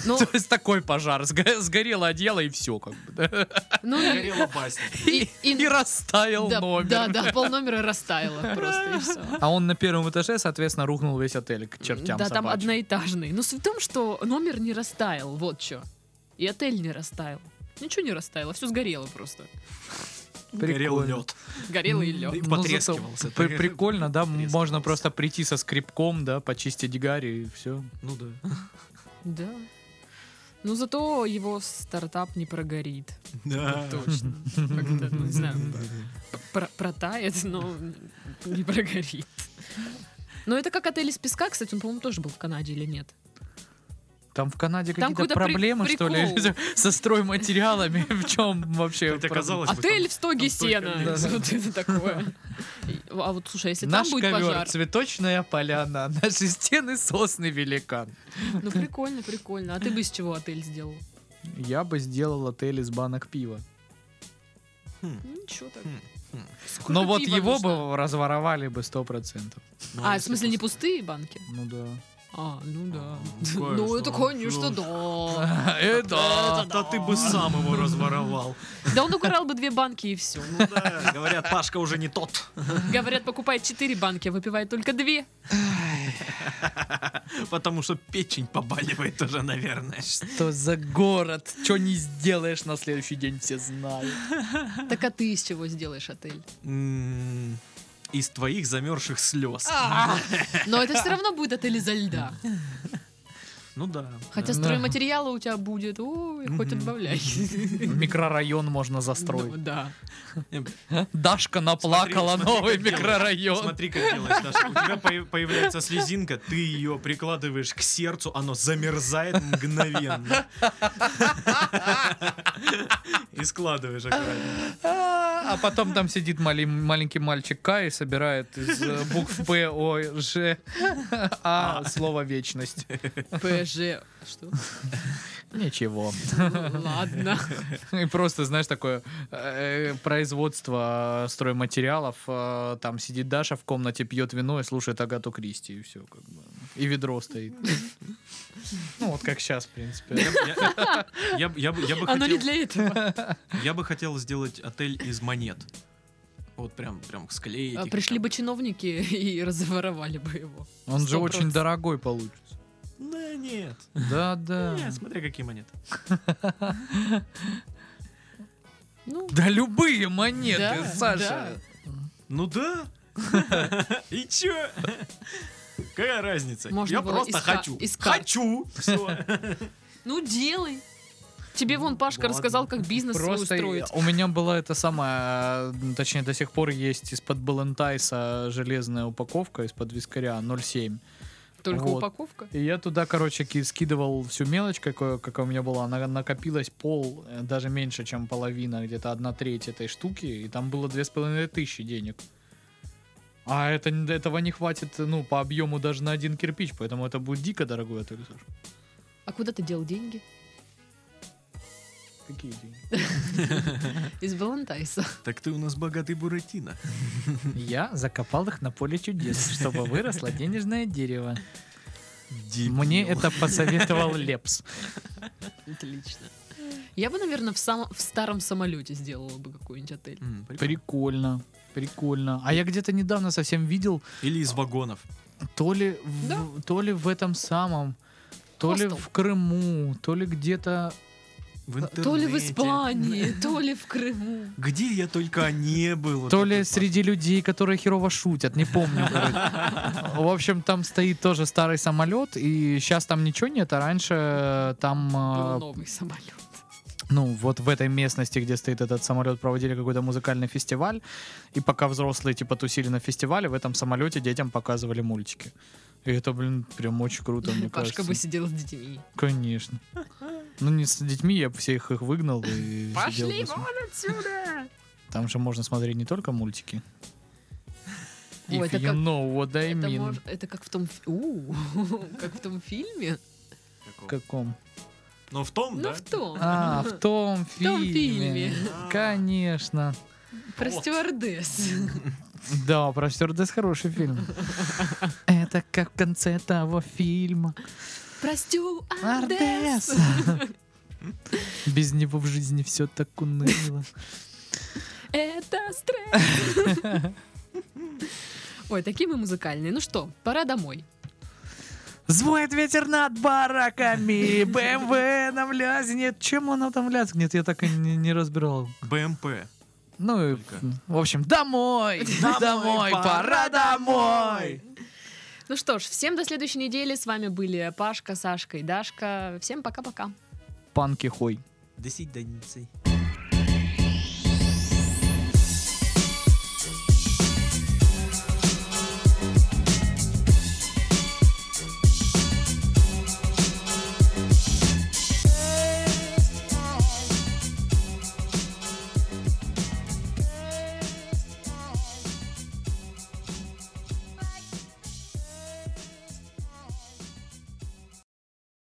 [SPEAKER 3] Ну,
[SPEAKER 1] То есть такой пожар. Сго- Сгорело одеяло и все как бы. да.
[SPEAKER 3] ну и-
[SPEAKER 2] <laughs> Горела басня.
[SPEAKER 3] и-
[SPEAKER 1] И
[SPEAKER 3] и-
[SPEAKER 1] растаял
[SPEAKER 3] да,
[SPEAKER 1] номер.
[SPEAKER 3] Да, да, пол номера растаяло просто и все.
[SPEAKER 1] А он на первом этаже, соответственно, рухнул весь отель к чертям
[SPEAKER 3] Да, там
[SPEAKER 1] собачьим.
[SPEAKER 3] одноэтажный. Но суть в том, что номер не растаял, вот что. И отель не растаял. Ничего не растаяло, все сгорело просто.
[SPEAKER 2] Горел
[SPEAKER 1] Прикольно.
[SPEAKER 2] лед.
[SPEAKER 3] Горело и
[SPEAKER 2] И
[SPEAKER 3] лед.
[SPEAKER 1] Ну,
[SPEAKER 2] потрескивался.
[SPEAKER 1] зато при- Прикольно, да,
[SPEAKER 2] Потрескивался.
[SPEAKER 1] можно просто прийти со скребком, да, почистить гарь и все.
[SPEAKER 2] Ну да.
[SPEAKER 3] Да. Ну зато его стартап не прогорит.
[SPEAKER 1] А.
[SPEAKER 2] <laughs> Да.
[SPEAKER 3] Точно. Как-то, ну, не знаю, про- протает, но не прогорит. Но это как отель из песка, кстати, он, по-моему, тоже был в Канаде или нет?
[SPEAKER 1] Там в Канаде
[SPEAKER 3] Там
[SPEAKER 1] какие-то
[SPEAKER 3] какой-то при-
[SPEAKER 1] проблемы, что ли,
[SPEAKER 3] прикол.
[SPEAKER 1] <laughs> со стройматериалами? <laughs> В чем вообще?
[SPEAKER 2] Хотя,
[SPEAKER 1] проблема?
[SPEAKER 2] казалось бы,
[SPEAKER 3] Отель
[SPEAKER 2] там-
[SPEAKER 3] в стоге
[SPEAKER 2] там столько
[SPEAKER 3] сена.
[SPEAKER 2] людей.
[SPEAKER 3] <laughs> Вот это такое. И- А вот, слушай, если там
[SPEAKER 1] Наш
[SPEAKER 3] будет
[SPEAKER 1] ковер,
[SPEAKER 3] пожар...
[SPEAKER 1] цветочная поляна, <laughs> наши стены сосны великан.
[SPEAKER 3] Ну, прикольно, прикольно. А ты бы из чего отель сделал?
[SPEAKER 1] Я бы сделал отель из банок пива.
[SPEAKER 3] Ну, Ничего так.
[SPEAKER 2] Хм, хм.
[SPEAKER 3] Сколько
[SPEAKER 1] Но Ну вот
[SPEAKER 3] пива
[SPEAKER 1] его
[SPEAKER 3] нужно?
[SPEAKER 1] бы разворовали бы сто процентов.
[SPEAKER 2] Ну,
[SPEAKER 3] А, в
[SPEAKER 2] если
[SPEAKER 3] смысле, не
[SPEAKER 2] пос-
[SPEAKER 3] пустые банки?
[SPEAKER 1] Ну да.
[SPEAKER 3] А, ну да.
[SPEAKER 2] Ну,
[SPEAKER 3] <laughs> Ну, это,
[SPEAKER 2] конечно,
[SPEAKER 3] конечно, да.
[SPEAKER 1] <laughs> Э, да.
[SPEAKER 3] да.
[SPEAKER 2] Да ты бы сам его разворовал.
[SPEAKER 3] Да он украл бы две банки и все.
[SPEAKER 2] <laughs> Ну да, говорят, Пашка уже не тот.
[SPEAKER 3] Говорят, покупает четыре банки, а выпивает только две.
[SPEAKER 2] Потому что печень побаливает уже, наверное.
[SPEAKER 1] Что за город? Что не сделаешь на следующий день, все знают.
[SPEAKER 3] Так а ты из чего сделаешь отель?
[SPEAKER 2] М, Из твоих замерзших слез.
[SPEAKER 3] А. Но это все равно будет отель изо льда.
[SPEAKER 2] Ну да.
[SPEAKER 3] Хотя
[SPEAKER 1] Да.
[SPEAKER 3] стройматериалы у тебя будет, ой, хоть
[SPEAKER 2] Мгм.
[SPEAKER 3] отбавляй.
[SPEAKER 1] <laughs> Микрорайон можно
[SPEAKER 3] Ну,
[SPEAKER 1] застроить.
[SPEAKER 3] Да.
[SPEAKER 2] да.
[SPEAKER 1] Дашка наплакала
[SPEAKER 2] Смотри, смотри,
[SPEAKER 1] новый
[SPEAKER 2] как делаешь.
[SPEAKER 1] микрорайон.
[SPEAKER 2] Смотри, как делаешь, Даша. У тебя появ- появляется слезинка, ты ее прикладываешь к сердцу, оно замерзает мгновенно. И складываешь аккуратно.
[SPEAKER 1] А а потом там сидит мали- маленький мальчик К и собирает из э, букв П, О, Ж, <laughs> А слово вечность.
[SPEAKER 3] ПЖ. Что?
[SPEAKER 1] Ничего.
[SPEAKER 3] Ну, Ладно.
[SPEAKER 1] И просто, знаешь, такое э, производство э, стройматериалов. э, Там сидит Даша в комнате, пьет вино и слушает Агату Кристи. И все. Как бы. И ведро стоит. Ну, вот как сейчас, в принципе.
[SPEAKER 2] Я- я- я б- Я бы я бы
[SPEAKER 3] Оно
[SPEAKER 2] хотел...
[SPEAKER 3] не для этого.
[SPEAKER 2] Я бы хотел сделать отель из монет. Вот прям, прям склеить.
[SPEAKER 3] А
[SPEAKER 2] их
[SPEAKER 3] Пришли
[SPEAKER 2] там.
[SPEAKER 3] бы чиновники и разворовали бы его.
[SPEAKER 1] Он же
[SPEAKER 3] Сто
[SPEAKER 1] очень
[SPEAKER 3] процентов.
[SPEAKER 1] дорогой получится.
[SPEAKER 2] Да нет.
[SPEAKER 1] Да,
[SPEAKER 3] А.
[SPEAKER 1] да.
[SPEAKER 2] Нет, смотри, какие монеты.
[SPEAKER 3] Ну,
[SPEAKER 1] Да любые монеты,
[SPEAKER 3] Да,
[SPEAKER 1] Саша.
[SPEAKER 2] Ну да. И чё? Какая разница?
[SPEAKER 3] Можно
[SPEAKER 2] Я
[SPEAKER 3] было
[SPEAKER 2] просто
[SPEAKER 3] из ка-
[SPEAKER 2] хочу.
[SPEAKER 3] из ка-
[SPEAKER 2] хочу! Всё.
[SPEAKER 3] Ну, делай. Тебе вон Пашка
[SPEAKER 2] Ладно.
[SPEAKER 3] рассказал, как бизнес свой
[SPEAKER 1] Просто
[SPEAKER 3] устроить.
[SPEAKER 1] у меня была эта самая, э, точнее, до сих пор есть из-под Балантайса железная упаковка из-под вискаря 0,7.
[SPEAKER 3] Только
[SPEAKER 1] вот.
[SPEAKER 3] упаковка.
[SPEAKER 1] И я туда, короче, ки- скидывал всю мелочь, какое- какая у меня была. Она накопилась пол, э, даже меньше, чем половина, где-то одна треть этой штуки. И там было две с половиной тысячи денег. А это, н- этого не хватит, ну, по объему даже на один кирпич, поэтому это будет дико дорогой отель, Саш.
[SPEAKER 3] А куда ты дел деньги?
[SPEAKER 1] Какие деньги?
[SPEAKER 3] Из Балантайса.
[SPEAKER 2] Так ты у нас богатый Буратино.
[SPEAKER 1] Я закопал их на поле чудес, чтобы выросло денежное дерево.
[SPEAKER 2] Дебил.
[SPEAKER 1] Мне это посоветовал Лепс.
[SPEAKER 3] Отлично. Я бы, наверное, в, сам- в старом самолете сделала бы какой-нибудь отель.
[SPEAKER 2] М, прикольно.
[SPEAKER 1] Прикольно. Прикольно. А я где-то недавно совсем видел,
[SPEAKER 2] Или из вагонов.
[SPEAKER 1] то ли в,
[SPEAKER 3] Да.
[SPEAKER 1] то ли в этом самом, то ли
[SPEAKER 3] Хостел.
[SPEAKER 1] в Крыму, то ли где-то...
[SPEAKER 2] В интернете.
[SPEAKER 3] А, То ли в Испании, то ли в Крыму.
[SPEAKER 2] Где я только не был.
[SPEAKER 1] то
[SPEAKER 2] вот
[SPEAKER 1] ли
[SPEAKER 2] этот
[SPEAKER 1] среди людей, которые херово шутят, не помню. короче. В общем, там стоит тоже старый самолет, и сейчас там ничего нет, а раньше э, там
[SPEAKER 3] Был
[SPEAKER 1] э,
[SPEAKER 3] новый самолет.
[SPEAKER 1] ну, вот в этой местности, где стоит этот самолет, проводили какой-то музыкальный фестиваль, и пока взрослые, типа, тусили на фестивале, в этом самолете детям показывали мультики. И это, блин, прям очень круто, мне
[SPEAKER 3] Пашка
[SPEAKER 1] кажется.
[SPEAKER 3] бы сидел с детьми.
[SPEAKER 1] Конечно. Ну, не с детьми, я бы всех их выгнал и сидел бы
[SPEAKER 3] Пошли
[SPEAKER 1] с-
[SPEAKER 3] вон отсюда!
[SPEAKER 1] Там же можно смотреть не только мультики.
[SPEAKER 3] Ой,
[SPEAKER 1] If
[SPEAKER 3] это
[SPEAKER 1] you
[SPEAKER 3] как-
[SPEAKER 1] know what I
[SPEAKER 3] Это,
[SPEAKER 1] mean.
[SPEAKER 3] мож- это как в том... фи- У, <laughs> Как в том фильме.
[SPEAKER 1] В
[SPEAKER 2] такой.
[SPEAKER 1] каком?
[SPEAKER 2] Но в том,
[SPEAKER 3] Ну,
[SPEAKER 2] да?
[SPEAKER 3] в том.
[SPEAKER 1] А,
[SPEAKER 3] <laughs>
[SPEAKER 1] в том
[SPEAKER 3] В том
[SPEAKER 1] фильме.
[SPEAKER 3] фильме.
[SPEAKER 1] Конечно.
[SPEAKER 3] Про
[SPEAKER 1] <laughs>
[SPEAKER 2] Вот.
[SPEAKER 3] стюардесс.
[SPEAKER 1] Да, про стюардесс хороший
[SPEAKER 3] <laughs>
[SPEAKER 1] фильм. Это как в конце того фильма.
[SPEAKER 3] Про стюардесс.
[SPEAKER 1] Ардес! Без него в жизни все так уныло.
[SPEAKER 3] Это стресс.
[SPEAKER 1] <laughs>
[SPEAKER 3] Ой, такие мы музыкальные. Ну что, пора домой.
[SPEAKER 1] Звует ветер над <laughs> бараками, БМВ нам лязгнет. Чем оно там лязгнет, я так и не, не разбирал.
[SPEAKER 2] БМП.
[SPEAKER 1] Ну, и, в общем, домой, домой, пора домой.
[SPEAKER 3] Ну что ж, всем до следующей недели. С вами были Пашка, Сашка и Дашка. Всем пока-пока.
[SPEAKER 1] Панки хой.
[SPEAKER 2] До свидания.